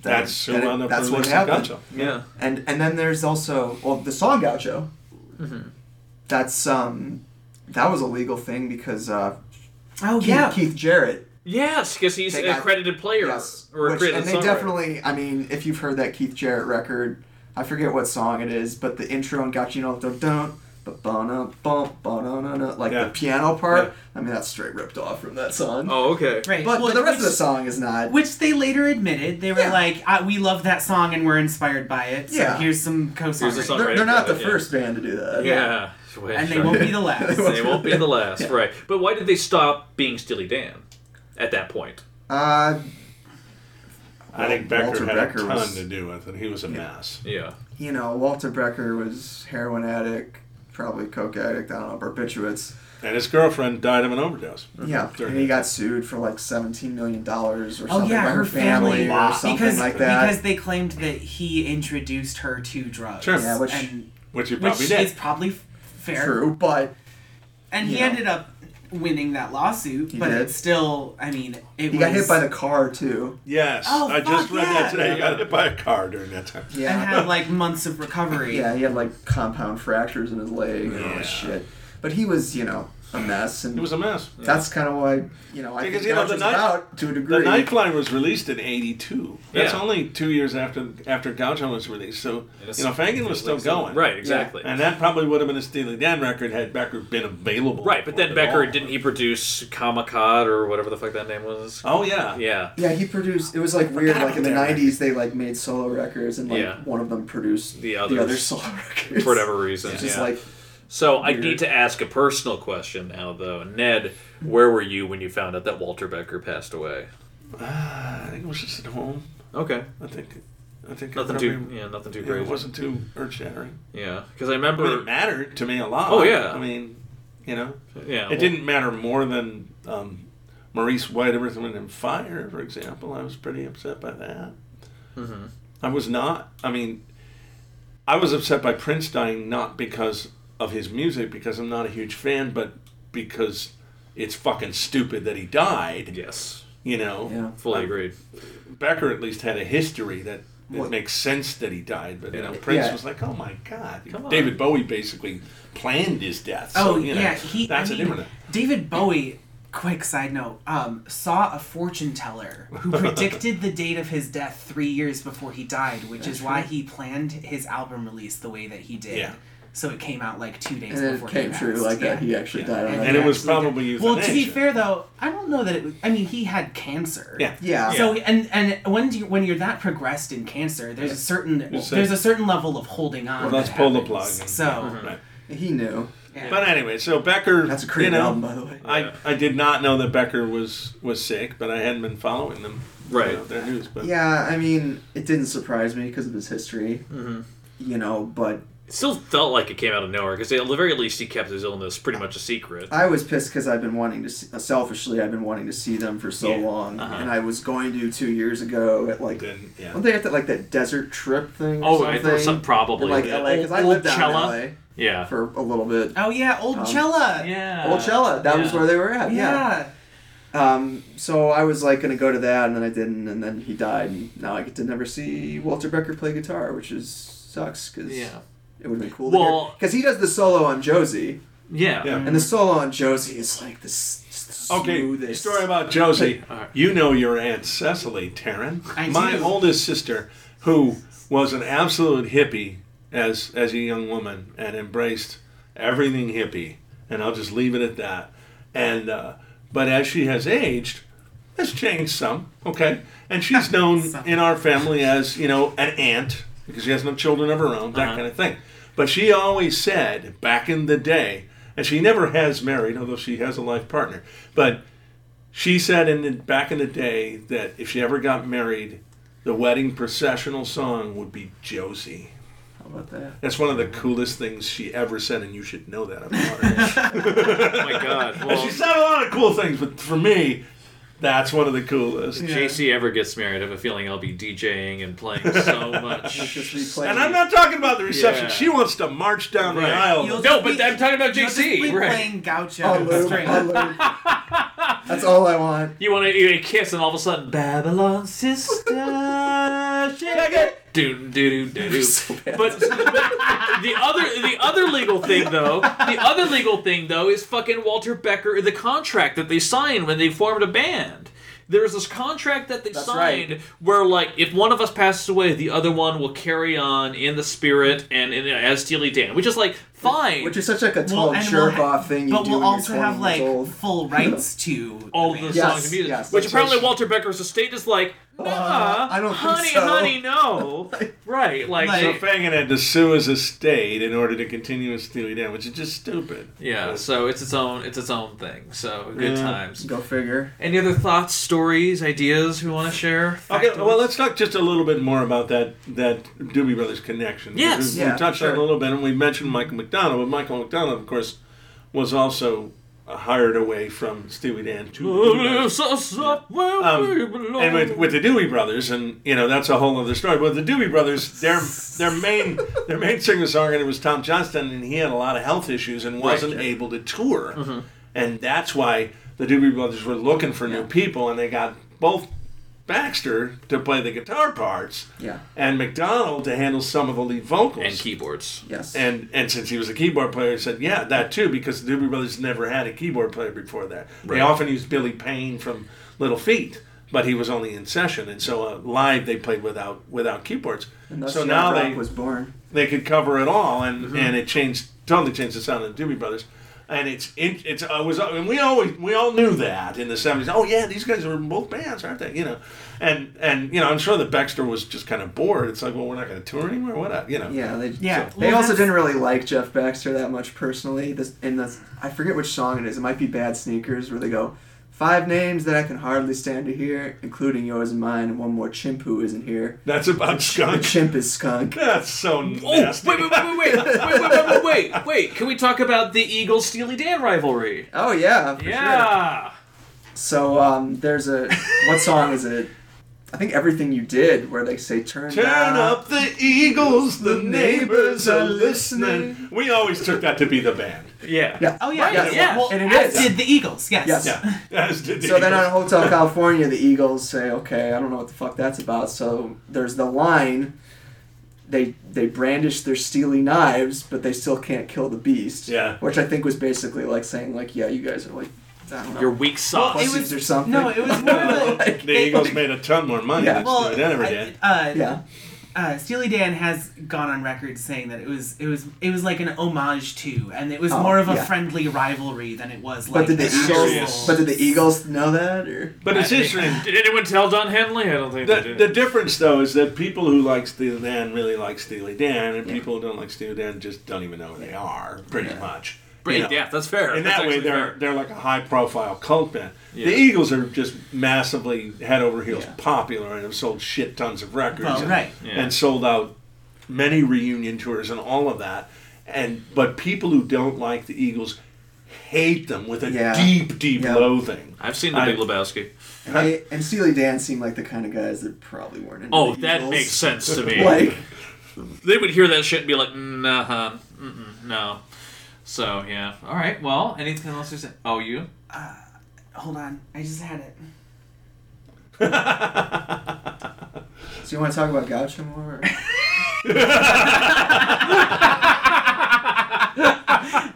Speaker 6: then-
Speaker 5: That's who
Speaker 6: then it-
Speaker 5: wound up
Speaker 6: that's what
Speaker 5: releasing
Speaker 6: happened.
Speaker 5: Gotcha.
Speaker 2: Yeah.
Speaker 6: And and then there's also well the song Gaucho. That's um, that was a legal thing because uh,
Speaker 4: Oh
Speaker 6: Keith,
Speaker 4: yeah.
Speaker 6: Keith Jarrett.
Speaker 2: Yes, because he's
Speaker 6: They
Speaker 2: a
Speaker 6: got-
Speaker 2: credited player
Speaker 6: yes,
Speaker 2: or a
Speaker 6: which,
Speaker 2: credited
Speaker 6: and they
Speaker 2: songwriter.
Speaker 6: definitely. I mean, if you've heard that Keith Jarrett record, I forget what song it is, but the intro and Gaucho, you know, don't don't. But bum bum bum like
Speaker 5: Yeah.
Speaker 6: the piano part.
Speaker 5: Yeah.
Speaker 6: I mean, that's straight ripped off from that song.
Speaker 2: Oh, okay.
Speaker 4: Right.
Speaker 6: But,
Speaker 4: Well,
Speaker 6: but the rest of
Speaker 4: which-
Speaker 6: the song is not.
Speaker 4: Which they later admitted. They were
Speaker 6: Yeah.
Speaker 4: like, uh, we love that song and we're inspired by it. So
Speaker 6: Yeah.
Speaker 4: here's some co
Speaker 2: Here's a song.
Speaker 4: songwriting.
Speaker 6: they're, they're not the
Speaker 2: Yeah.
Speaker 6: first band to do that.
Speaker 2: Yeah.
Speaker 4: And they won't be the last.
Speaker 2: They won't be the last, right? But why did they stop being Steely Dan at that point?
Speaker 6: Uh,
Speaker 5: I think Becker
Speaker 6: Walter
Speaker 5: had
Speaker 6: Becker
Speaker 5: a ton
Speaker 6: was-
Speaker 5: to do with it. He was a mess.
Speaker 2: Yeah.
Speaker 6: you know, Walter Brecker was heroin addict, probably coke addict. I don't know, barbiturates.
Speaker 5: And his girlfriend died of an overdose.
Speaker 6: Yeah, and he got sued for like seventeen million dollars or
Speaker 4: Oh
Speaker 6: something
Speaker 4: yeah,
Speaker 6: by
Speaker 4: her, family,
Speaker 6: or something
Speaker 4: because
Speaker 6: like that.
Speaker 4: because they claimed that he introduced her to drugs.
Speaker 5: Sure.
Speaker 6: Yeah, which-
Speaker 4: and,
Speaker 5: Which he probably
Speaker 4: which
Speaker 5: did.
Speaker 4: is probably f- fair.
Speaker 6: True, but
Speaker 4: And he
Speaker 6: Yeah.
Speaker 4: ended up winning that lawsuit,
Speaker 6: He
Speaker 4: but
Speaker 6: did.
Speaker 4: it's still, I mean, it
Speaker 6: he
Speaker 4: was
Speaker 6: got hit by the car too.
Speaker 5: Yes.
Speaker 4: Oh,
Speaker 5: I just
Speaker 4: fuck
Speaker 5: read
Speaker 4: yeah.
Speaker 5: that today. He got hit by a car during that time.
Speaker 4: and had like months of recovery.
Speaker 6: Yeah, he had like compound fractures in his leg and all
Speaker 5: Yeah.
Speaker 6: this shit. But he was, you know, a mess, and
Speaker 5: It was a mess.
Speaker 6: that's kind of why you know I
Speaker 5: Because,
Speaker 6: think
Speaker 5: you know,
Speaker 6: Gaucho's
Speaker 5: the night-
Speaker 6: about to a degree.
Speaker 5: The Night Fly was released in '82. That's
Speaker 2: Yeah.
Speaker 5: only two years after after Gaucho was released. So
Speaker 2: It's-
Speaker 5: you know, Fagin was still going.
Speaker 2: Right, exactly.
Speaker 5: And that probably would have been a Steely Dan record had Becker been available.
Speaker 2: Right, but
Speaker 5: for
Speaker 2: then
Speaker 5: it
Speaker 2: Becker
Speaker 5: all.
Speaker 2: didn't he produce Kamikad or whatever the fuck that name was?
Speaker 5: Oh yeah.
Speaker 2: Yeah.
Speaker 6: Yeah, he produced. It was like weird. Like in the
Speaker 5: about that.
Speaker 6: '90s, they like made solo records, and like
Speaker 2: Yeah.
Speaker 6: one of them produced
Speaker 2: The
Speaker 6: the,
Speaker 2: others.
Speaker 6: other solo records
Speaker 2: For whatever reason.
Speaker 6: It's just
Speaker 2: yeah.
Speaker 6: like
Speaker 2: so I
Speaker 6: weird.
Speaker 2: need to ask a personal question now though. Ned, where were you when you found out that Walter Becker passed away?
Speaker 5: Uh, I think it was just at home.
Speaker 2: Okay.
Speaker 5: I think I think
Speaker 2: Nothing
Speaker 5: I
Speaker 2: too,
Speaker 5: remember-
Speaker 2: yeah, nothing too
Speaker 5: It
Speaker 2: crazy.
Speaker 5: wasn't too earth shattering.
Speaker 2: Yeah, because I
Speaker 5: But it
Speaker 2: remember.
Speaker 5: mattered to me a lot.
Speaker 2: Oh, yeah.
Speaker 5: I mean, you know,
Speaker 2: Yeah,
Speaker 5: it didn't matter more than um, Maurice White, Earth, Wind, and Fire, for example. I was pretty upset by that.
Speaker 2: Mhm.
Speaker 5: I was not. I mean, I was upset by Prince dying not because of his music, because I'm not a huge fan, but because it's fucking stupid that he died.
Speaker 2: Yes,
Speaker 5: You know,
Speaker 6: Yeah.
Speaker 2: fully agreed.
Speaker 5: Becker at least had a history that
Speaker 6: Well-
Speaker 5: it makes sense that he died, but
Speaker 2: Yeah.
Speaker 5: you know, Prince
Speaker 6: Yeah.
Speaker 5: was like, "Oh my God!"
Speaker 2: Come on.
Speaker 5: David Bowie basically planned his death.
Speaker 4: Oh
Speaker 5: so, you know,
Speaker 4: yeah, he.
Speaker 5: That's
Speaker 4: I
Speaker 5: a
Speaker 4: mean,
Speaker 5: different.
Speaker 4: David Bowie. Quick side note: um, saw a fortune teller who predicted the date of his death three years before he died, which is why he planned his album release the way that he did.
Speaker 5: Yeah.
Speaker 4: So it came out like two days
Speaker 6: And then
Speaker 4: before
Speaker 6: it came
Speaker 4: he
Speaker 6: true
Speaker 4: passed.
Speaker 6: like
Speaker 4: yeah.
Speaker 6: that. He actually died on
Speaker 4: And
Speaker 6: that.
Speaker 5: And it was
Speaker 4: actually
Speaker 5: probably
Speaker 4: did. well. To be
Speaker 5: euthanasia.
Speaker 4: fair, though, I don't know that it. Was, I mean, he had cancer.
Speaker 5: Yeah.
Speaker 6: yeah.
Speaker 4: So and and when do you, when you're that progressed in cancer, there's a certain
Speaker 5: say-
Speaker 4: there's a certain level of holding on.
Speaker 5: Well, let's
Speaker 4: that
Speaker 5: pull the
Speaker 4: happens.
Speaker 5: plug.
Speaker 4: So,
Speaker 5: Right.
Speaker 6: He knew.
Speaker 4: yeah.
Speaker 5: But anyway, so Becker.
Speaker 6: That's a creepy
Speaker 5: you know, Uh,
Speaker 6: album, by the way.
Speaker 5: I, I did not know that Becker was was sick, but I hadn't been following them. you
Speaker 2: Right.
Speaker 5: know, their news, but
Speaker 6: Yeah, I mean, it didn't surprise me because of his history.
Speaker 5: Mm-hmm.
Speaker 6: You know, but
Speaker 2: It still felt like it came out of nowhere because at the very least he kept his illness pretty much a secret.
Speaker 6: I was pissed because I've been wanting to see, selfishly, I've been wanting to see them for so
Speaker 5: Yeah,
Speaker 6: long,
Speaker 2: Uh-huh.
Speaker 6: and I was going to two years ago at like.
Speaker 5: Then, yeah.
Speaker 6: Weren't they at that like that desert trip thing? Or
Speaker 2: Oh, I-
Speaker 6: something?
Speaker 2: there was some- probably,
Speaker 6: in, like
Speaker 2: yeah.
Speaker 6: LA because I
Speaker 2: Old-
Speaker 6: lived down
Speaker 2: Old
Speaker 6: in
Speaker 2: Yeah.
Speaker 6: LA for a little bit.
Speaker 4: oh yeah, old
Speaker 6: Um,
Speaker 4: Cella.
Speaker 2: yeah.
Speaker 6: Old Chella, that was
Speaker 2: Ah, yeah.
Speaker 6: where they were at. Yeah.
Speaker 4: Yeah.
Speaker 6: Um. So I was like gonna go to that, and then I didn't, and then he died, and now I get to never see Walter Becker play guitar, which is sucks because
Speaker 2: Yeah.
Speaker 6: it would have been cool.
Speaker 2: Well-
Speaker 6: because he does the solo on Josie,
Speaker 2: Yeah.
Speaker 5: Yeah.
Speaker 6: and the solo on Josie is like this. Just the
Speaker 5: Okay,
Speaker 6: smoothest.
Speaker 5: story about Josie.
Speaker 2: All right.
Speaker 5: You know your Aunt Cecily, Taryn.
Speaker 4: I
Speaker 5: My
Speaker 4: do.
Speaker 5: oldest sister, who was an absolute hippie as, as a young woman and embraced everything hippie. And I'll just leave it at that. And uh, But as she has aged, has changed some, okay? And she's known in our family as, you know, an aunt because she has no children of her own, that kind of thing. But she always said back in the day, and she never has married, although she has a life partner, but she said in the, back in the day that if she ever got married, the wedding processional song would be Josie.
Speaker 6: How about that?
Speaker 5: That's one of the coolest things she ever said, and you should know that about her.
Speaker 2: Oh my God.
Speaker 5: and
Speaker 2: Well,
Speaker 5: she said a lot of cool things, but for me, that's one of the coolest.
Speaker 2: if JC ever gets married, I have a feeling I'll be DJing and playing so
Speaker 6: Just
Speaker 2: much.
Speaker 6: replaying.
Speaker 5: And I'm not talking about the reception.
Speaker 2: Yeah.
Speaker 5: She wants to march down
Speaker 2: Right.
Speaker 5: the aisle.
Speaker 4: You'll
Speaker 2: Oh, No,
Speaker 4: just
Speaker 2: but
Speaker 4: be-
Speaker 2: I'm talking about
Speaker 4: you'll just
Speaker 2: JC,
Speaker 4: be
Speaker 2: right.
Speaker 4: playing gaucho.
Speaker 6: I'll loop,
Speaker 4: Straight
Speaker 6: I'll
Speaker 4: up.
Speaker 6: loop. That's all I want.
Speaker 2: You want to you kiss, and all of a sudden, Babylon sister, shake it, do do do do do. But, but the other the other legal thing though, the other legal thing though is fucking Walter Becker the contract that they signed when they formed a band. There's this contract that they signed where like if one of us passes away, the other one will carry on in the spirit and, and uh, as Steely Dan, which is like fine.
Speaker 6: Which is such like a
Speaker 4: Well,
Speaker 6: tall
Speaker 4: and we'll
Speaker 6: jerk
Speaker 4: ha-
Speaker 6: off thing you
Speaker 4: but
Speaker 6: do
Speaker 4: we'll
Speaker 6: when
Speaker 4: also
Speaker 6: you're 20
Speaker 4: have like
Speaker 6: years old.
Speaker 4: full rights to
Speaker 2: all
Speaker 4: the
Speaker 2: the
Speaker 4: band.
Speaker 6: Yes,
Speaker 2: songs and music,
Speaker 6: yes,
Speaker 2: which
Speaker 6: that's
Speaker 2: apparently
Speaker 6: right.
Speaker 2: Walter Becker's estate is like, nah,
Speaker 6: I don't think
Speaker 2: honey,
Speaker 6: so.
Speaker 2: honey, no, right, like,
Speaker 5: So
Speaker 4: Like-
Speaker 5: Fagan had to sue his estate in order to continue his Steely Dan, which is just stupid.
Speaker 2: yeah. So it's its own, it's its own thing. So good
Speaker 5: Yeah.
Speaker 2: times.
Speaker 6: Go figure.
Speaker 2: Any other thoughts, stories, ideas we want to share?
Speaker 5: Okay,
Speaker 2: Factoids?
Speaker 5: well, let's talk just a little bit more about that that Doobie Brothers connection.
Speaker 2: Yes.
Speaker 5: Because we,
Speaker 6: Yeah,
Speaker 5: touched on
Speaker 6: sure.
Speaker 5: it a little bit, and we mentioned Michael McDonald, but Michael McDonald, of course, was also hired away from Steely Dan to. the Doobie Brothers.
Speaker 2: Lift us up where we belong.
Speaker 5: Um, and with, with the Dewey Brothers, and you know that's a whole other story. But the Dewey Brothers, their their main their main singer songwriter was Tom Johnston, and he had a lot of health issues and wasn't able to tour, and that's why the Dewey Brothers were looking for new people, and they got both Baxter to play the guitar parts,
Speaker 6: Yeah.
Speaker 5: and McDonald to handle some of the lead vocals
Speaker 2: and keyboards.
Speaker 6: Yes.
Speaker 5: and and since he was a keyboard player, he said, yeah, that too, because the Doobie Brothers never had a keyboard player before that. They
Speaker 2: Right.
Speaker 5: often used Billy Payne from Little Feat, but he was only in session, and so uh, live they played without without keyboards.
Speaker 6: And thus
Speaker 5: so
Speaker 6: Yacht
Speaker 5: now
Speaker 6: Rock
Speaker 5: they
Speaker 6: was born.
Speaker 5: they could cover it all, and and it changed totally changed the sound of the Doobie Brothers. And it's it, it's uh, was I mean, we always we all knew that in the seventies. Oh yeah, these guys were in both bands, aren't they? You know, and and you know I'm sure that Baxter was just kind of bored. It's like, well, we're not going to tour anymore. What? up? You know.
Speaker 6: Yeah, they,
Speaker 4: Yeah,
Speaker 6: they
Speaker 4: well,
Speaker 6: also
Speaker 4: that's-
Speaker 6: didn't really like Jeff Baxter that much personally. This and the I forget which song it is. It might be Bad Sneakers, where they go, Five names that I can hardly stand to hear, including yours and mine, and one more chimp who isn't here.
Speaker 5: That's about
Speaker 6: The
Speaker 5: skunk.
Speaker 6: chimp is skunk.
Speaker 5: That's so
Speaker 2: Oh, wait,
Speaker 5: nasty.
Speaker 2: wait, wait, wait, wait, wait, wait, wait, wait, wait, wait. Can we talk about the Eagles Steely Dan rivalry?
Speaker 6: Oh yeah, for sure.
Speaker 2: Yeah.
Speaker 6: So um, there's a what song is it? I think everything you did, where they say turn,
Speaker 5: Turn
Speaker 6: down.
Speaker 5: up the eagles, the neighbors are listening. We always took that to be the band.
Speaker 2: Yeah.
Speaker 6: Yeah.
Speaker 4: Oh yeah,
Speaker 2: Right,
Speaker 4: yes.
Speaker 2: yeah.
Speaker 4: Well,
Speaker 6: And it
Speaker 4: as
Speaker 6: is.
Speaker 4: did the Eagles. Yes.
Speaker 6: Yes.
Speaker 5: Yeah. As did the
Speaker 6: So then on
Speaker 5: Eagles.
Speaker 6: Hotel California, the Eagles say, "Okay, I don't know what the fuck that's about." So there's the line. They they brandish their steely knives, but they still can't kill the beast.
Speaker 5: Yeah.
Speaker 6: Which I think was basically like saying, like, "Yeah, you guys are like, I don't know,
Speaker 2: Your weak sauce.
Speaker 6: pussies or something."
Speaker 4: No, it was more of a.
Speaker 5: the Eagles made a ton more money
Speaker 6: Yeah.
Speaker 5: than
Speaker 4: Well,
Speaker 5: Steely Dan ever
Speaker 4: I-
Speaker 5: did.
Speaker 4: uh,
Speaker 6: yeah.
Speaker 4: uh, Steely Dan has gone on record saying that it was it was it was like an homage to, and it was
Speaker 6: Oh,
Speaker 4: more of a
Speaker 6: yeah.
Speaker 4: friendly rivalry than it was like.
Speaker 6: But did the
Speaker 4: an
Speaker 6: Eagles?
Speaker 5: Serious.
Speaker 6: But did the Eagles know that? Or
Speaker 5: But it's interesting.
Speaker 2: Did anyone tell Don Henley? I don't think they
Speaker 5: The,
Speaker 2: did.
Speaker 5: the difference, though, is that people who like Steely Dan really like Steely Dan, and people who don't like Steely Dan just don't even know who they are, pretty much.
Speaker 2: Right,
Speaker 5: You know?
Speaker 2: yeah, that's fair.
Speaker 5: In
Speaker 2: That's
Speaker 5: that way,
Speaker 2: actually
Speaker 5: they're
Speaker 2: fair.
Speaker 5: they're like a high profile cult band.
Speaker 2: Yeah.
Speaker 5: The Eagles are just massively head over heels popular and have sold shit tons of records.
Speaker 4: Well,
Speaker 5: and,
Speaker 4: right.
Speaker 2: Yeah.
Speaker 5: and sold out many reunion tours and all of that. And but people who don't like the Eagles hate them with a
Speaker 6: Yeah.
Speaker 5: deep, deep
Speaker 6: Yeah.
Speaker 5: loathing.
Speaker 2: I've seen the
Speaker 5: I-
Speaker 2: Big Lebowski.
Speaker 6: and, and Steely Dan seemed like the kind of guys that probably weren't. Into
Speaker 2: Oh,
Speaker 6: the
Speaker 2: that
Speaker 6: Eagles.
Speaker 2: makes sense to me.
Speaker 6: Like,
Speaker 2: they would hear that shit and be like, nah, huh, mm-mm, no. So yeah. All right. Well, anything else you say? Oh, you.
Speaker 4: Hold on, I just had it.
Speaker 6: so you want to talk about Gaucho more?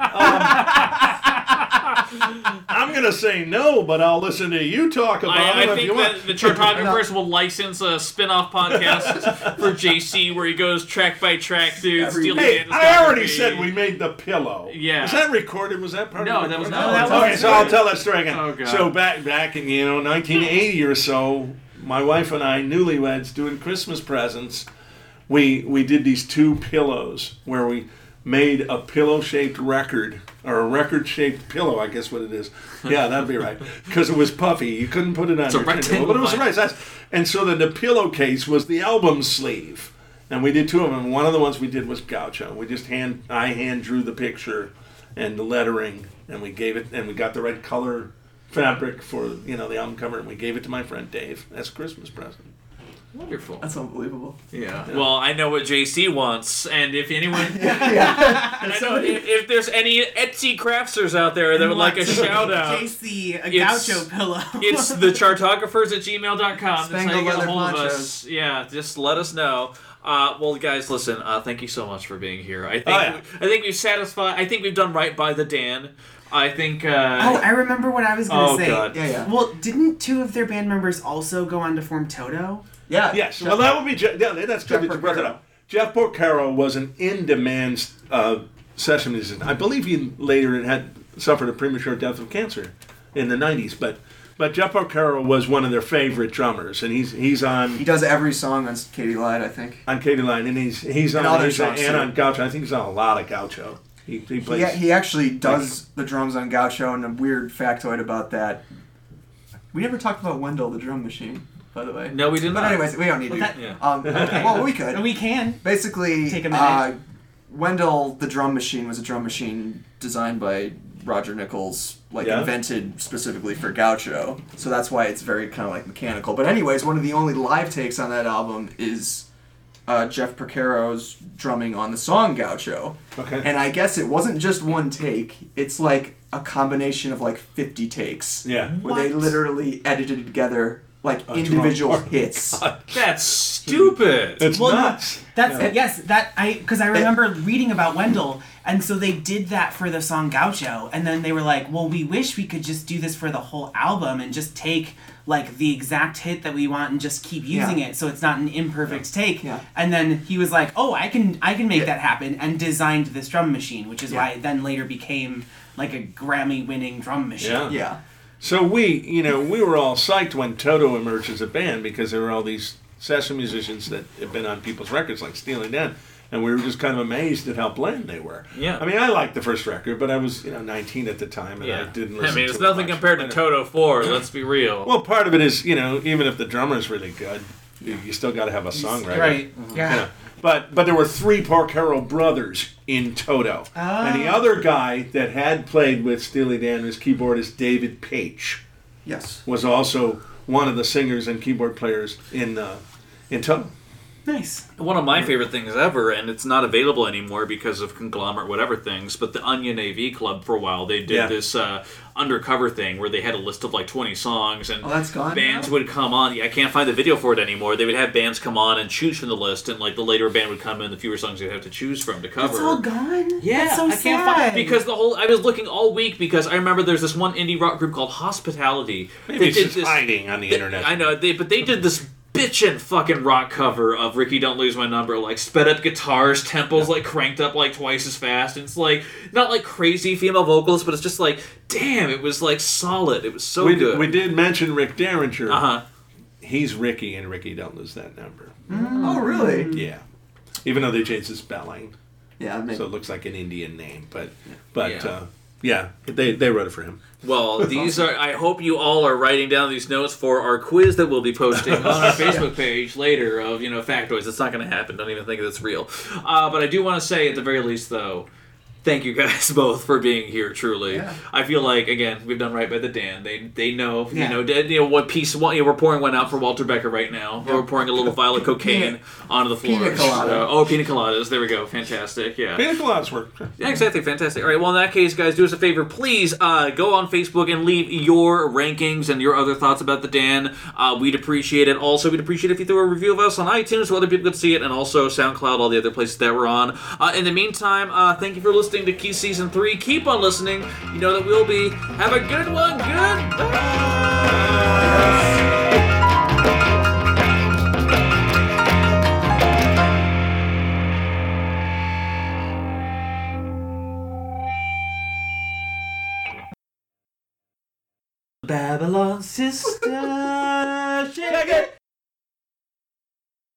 Speaker 6: Or?
Speaker 5: I'm gonna say no, but I'll listen to you talk about
Speaker 2: I,
Speaker 5: it
Speaker 2: I
Speaker 5: if you
Speaker 2: think
Speaker 5: want.
Speaker 2: that the chartographers will license a spin-off podcast for JC where he goes track by track through
Speaker 6: Every
Speaker 2: Steely
Speaker 6: week.
Speaker 5: Hey,
Speaker 2: Dan's
Speaker 5: I already
Speaker 2: discography.
Speaker 5: said we made the pillow.
Speaker 2: Yeah.
Speaker 5: Was that recorded? Was that part
Speaker 2: No,
Speaker 5: of the
Speaker 2: that was
Speaker 5: recording?
Speaker 2: not.
Speaker 4: No, that
Speaker 5: Okay,
Speaker 4: was
Speaker 5: so
Speaker 4: not.
Speaker 5: I'll tell that story again.
Speaker 2: Oh, God.
Speaker 5: So back back in you know 1980 or so, my wife and I, newlyweds, doing Christmas presents, we we did these two pillows where we made a pillow-shaped record or a record-shaped pillow, I guess what it is. Yeah, that'd be right because it was puffy. You couldn't put it on
Speaker 2: a
Speaker 5: your table,
Speaker 2: rectangle
Speaker 5: but it was
Speaker 2: vinyl.
Speaker 5: right size. And so then the pillowcase was the album sleeve. And we did two of them. One of the ones we did was Gaucho. We just hand I hand drew the picture and the lettering, and we gave it, and we got the right color fabric for you know the album cover, and we gave it to my friend Dave as a Christmas present.
Speaker 2: Wonderful.
Speaker 6: That's unbelievable.
Speaker 2: Yeah. Well, I know what JC wants, and if anyone, And I know if, if there's any Etsy crafters out there that would like a shout out,
Speaker 4: JC, a
Speaker 2: It's-
Speaker 4: gaucho pillow.
Speaker 2: it's the chartographers at gmail.com. That's how you
Speaker 6: Spangled
Speaker 2: get a
Speaker 6: leather
Speaker 2: hold of us.
Speaker 6: ponchos.
Speaker 2: Yeah, just let us know. Uh, well, guys, listen. Uh, thank you so much for being here. I think
Speaker 5: Oh, yeah.
Speaker 2: I think we've satisfied. I think we've done right by the Dan. I think. Uh,
Speaker 4: Oh, I remember what I was gonna
Speaker 2: Oh,
Speaker 4: say.
Speaker 2: God.
Speaker 6: Yeah, yeah.
Speaker 4: Well, didn't two of their band members also go on to form Toto?
Speaker 6: Yeah.
Speaker 5: Yes.
Speaker 6: Jeff-
Speaker 5: Well, that would be Je- yeah. That's good
Speaker 6: Jeff
Speaker 5: that you brought that
Speaker 6: Porcaro.
Speaker 5: up. Jeff Porcaro was an in-demand uh, session musician. I believe he later had suffered a premature death of cancer in the '90s, but. But Jeff Porcaro was one of their favorite drummers, and he's he's on
Speaker 6: he does every song on Katie Lied, I think.
Speaker 5: on Katie Line, and he's he's on
Speaker 6: And other
Speaker 5: he's
Speaker 6: songs,
Speaker 5: and
Speaker 6: too.
Speaker 5: on Gaucho. I think he's on a lot of Gaucho. He, he plays.
Speaker 6: He, he actually does the drums on Gaucho, and a weird factoid about that. We never talked about Wendell the drum machine, by the way.
Speaker 2: No, we did
Speaker 6: But
Speaker 2: not.
Speaker 6: anyways, we don't need to.
Speaker 4: that-
Speaker 2: Yeah.
Speaker 6: Um, Well, we could.
Speaker 4: We can.
Speaker 6: Basically,
Speaker 4: Take a minute.
Speaker 6: uh, Wendell the drum machine was a drum machine designed by Roger Nichols, like
Speaker 5: Yeah.
Speaker 6: invented specifically for Gaucho. So that's why it's very kind of like mechanical. But anyways, one of the only live takes on that album is uh, Jeff Percaro's drumming on the song Gaucho.
Speaker 5: Okay.
Speaker 6: And I guess it wasn't just one take. It's like a combination of like 50 takes.
Speaker 5: Yeah.
Speaker 6: Where they
Speaker 4: What?
Speaker 6: literally edited together like
Speaker 5: A
Speaker 6: individual
Speaker 5: drum-
Speaker 6: hits.
Speaker 2: Uh, That's stupid.
Speaker 5: it's
Speaker 4: Well, no,
Speaker 5: nuts.
Speaker 4: That's yes, that I because I remember reading about Wendell, and so they did that for the song Gaucho, and then they were like, "Well, we wish we could just do this for the whole album and just take like the exact hit that we want and just keep using
Speaker 6: Yeah.
Speaker 4: it, so it's not an imperfect take."
Speaker 6: Yeah.
Speaker 4: And then he was like, "Oh, I can I can make that happen," and designed this drum machine, which is why it then later became like a Grammy-winning drum machine.
Speaker 5: Yeah.
Speaker 6: yeah.
Speaker 5: So we, you know, we were all psyched when Toto emerged as a band because there were all these session musicians that had been on people's records like Steely Dan, and we were just kind of amazed at how bland they were.
Speaker 2: Yeah.
Speaker 5: I mean, I liked the first record, but I was you know 19 at the time, and
Speaker 2: Yeah.
Speaker 5: I didn't.
Speaker 2: I
Speaker 5: Listen
Speaker 2: mean, it's
Speaker 5: to it
Speaker 2: nothing
Speaker 5: much.
Speaker 2: compared to
Speaker 5: And-
Speaker 2: Toto 4, let's be real.
Speaker 5: Well, part of it is you know even if the drummer's really good, you you still got to have a songwriter. Uh-huh.
Speaker 4: Right. Yeah.
Speaker 5: Yeah. But but there were three Porcaro brothers in Toto, and the other guy that had played with Steely Dan was keyboardist David Page,
Speaker 6: Yes.
Speaker 5: was also one of the singers and keyboard players in uh, in Toto.
Speaker 4: Nice.
Speaker 2: One of my favorite things ever, and it's not available anymore because of conglomerate whatever things, but the Onion AV Club for a while, they did
Speaker 5: Yeah.
Speaker 2: this uh, undercover thing where they had a list of like 20 songs and
Speaker 6: Oh, that's gone
Speaker 2: bands
Speaker 6: now?
Speaker 2: would come on. Yeah, I can't find the video for it anymore. They would have bands come on and choose from the list, and like the later band would come in, the fewer songs they'd have to choose from to cover.
Speaker 4: It's all gone.
Speaker 2: Yeah,
Speaker 4: That's so
Speaker 2: I
Speaker 4: sad.
Speaker 2: can't find because the whole I was looking all week because I remember there's this one indie rock group called Hospitality.
Speaker 5: Maybe
Speaker 2: They
Speaker 5: it's
Speaker 2: did
Speaker 5: just
Speaker 2: this-
Speaker 5: hiding on the internet.
Speaker 2: I know they, but they did this bitchin' fucking rock cover of "Ricky, Don't Lose My Number," like sped up guitars, tempos like cranked up like twice as fast, and it's like not like crazy female vocals, but it's just like, damn, it was like solid. It was so
Speaker 5: We,
Speaker 2: good.
Speaker 5: we did mention Rick Derringer.
Speaker 2: uh huh.
Speaker 5: He's Ricky, and Ricky don't lose that number.
Speaker 6: Oh, really?
Speaker 5: Yeah, even though they changed the spelling,
Speaker 6: Yeah. Maybe.
Speaker 5: so it looks like an Indian name. But but
Speaker 2: Yeah.
Speaker 5: Uh, yeah, they they wrote it for him.
Speaker 2: Well, these are. I hope you all are writing down these notes for our quiz that we'll be posting on our Facebook page later. Of you know factoids. It's not going to happen. Don't even think that's real. Uh, but I do want to say, at the very least, though, thank you guys both for being here. Truly,
Speaker 6: Yeah.
Speaker 2: I feel like again we've done right by the Dan. They they know
Speaker 4: Yeah.
Speaker 2: you know Dan- you know what piece you know, we're pouring one out for Walter Becker right now. We're pouring a little vial of cocaine onto the floor.
Speaker 6: Pina colada.
Speaker 2: So- oh, pina coladas. There we go. Fantastic. Yeah.
Speaker 5: Pina Colada's work. sure.
Speaker 2: Yeah, exactly. Fantastic. All right. Well, in that case, guys, do us a favor, please. Uh, go on Facebook and leave your rankings and your other thoughts about the Dan. Uh, we'd appreciate it. Also, we'd appreciate if you throw a review of us on iTunes so other people could see it, and also SoundCloud, all the other places that we're on. Uh, in the meantime, uh, thank you for listening to Key Season Three. Keep on listening. You know that we'll be. Have a good one. Goodbye. Babylon sister, shake it.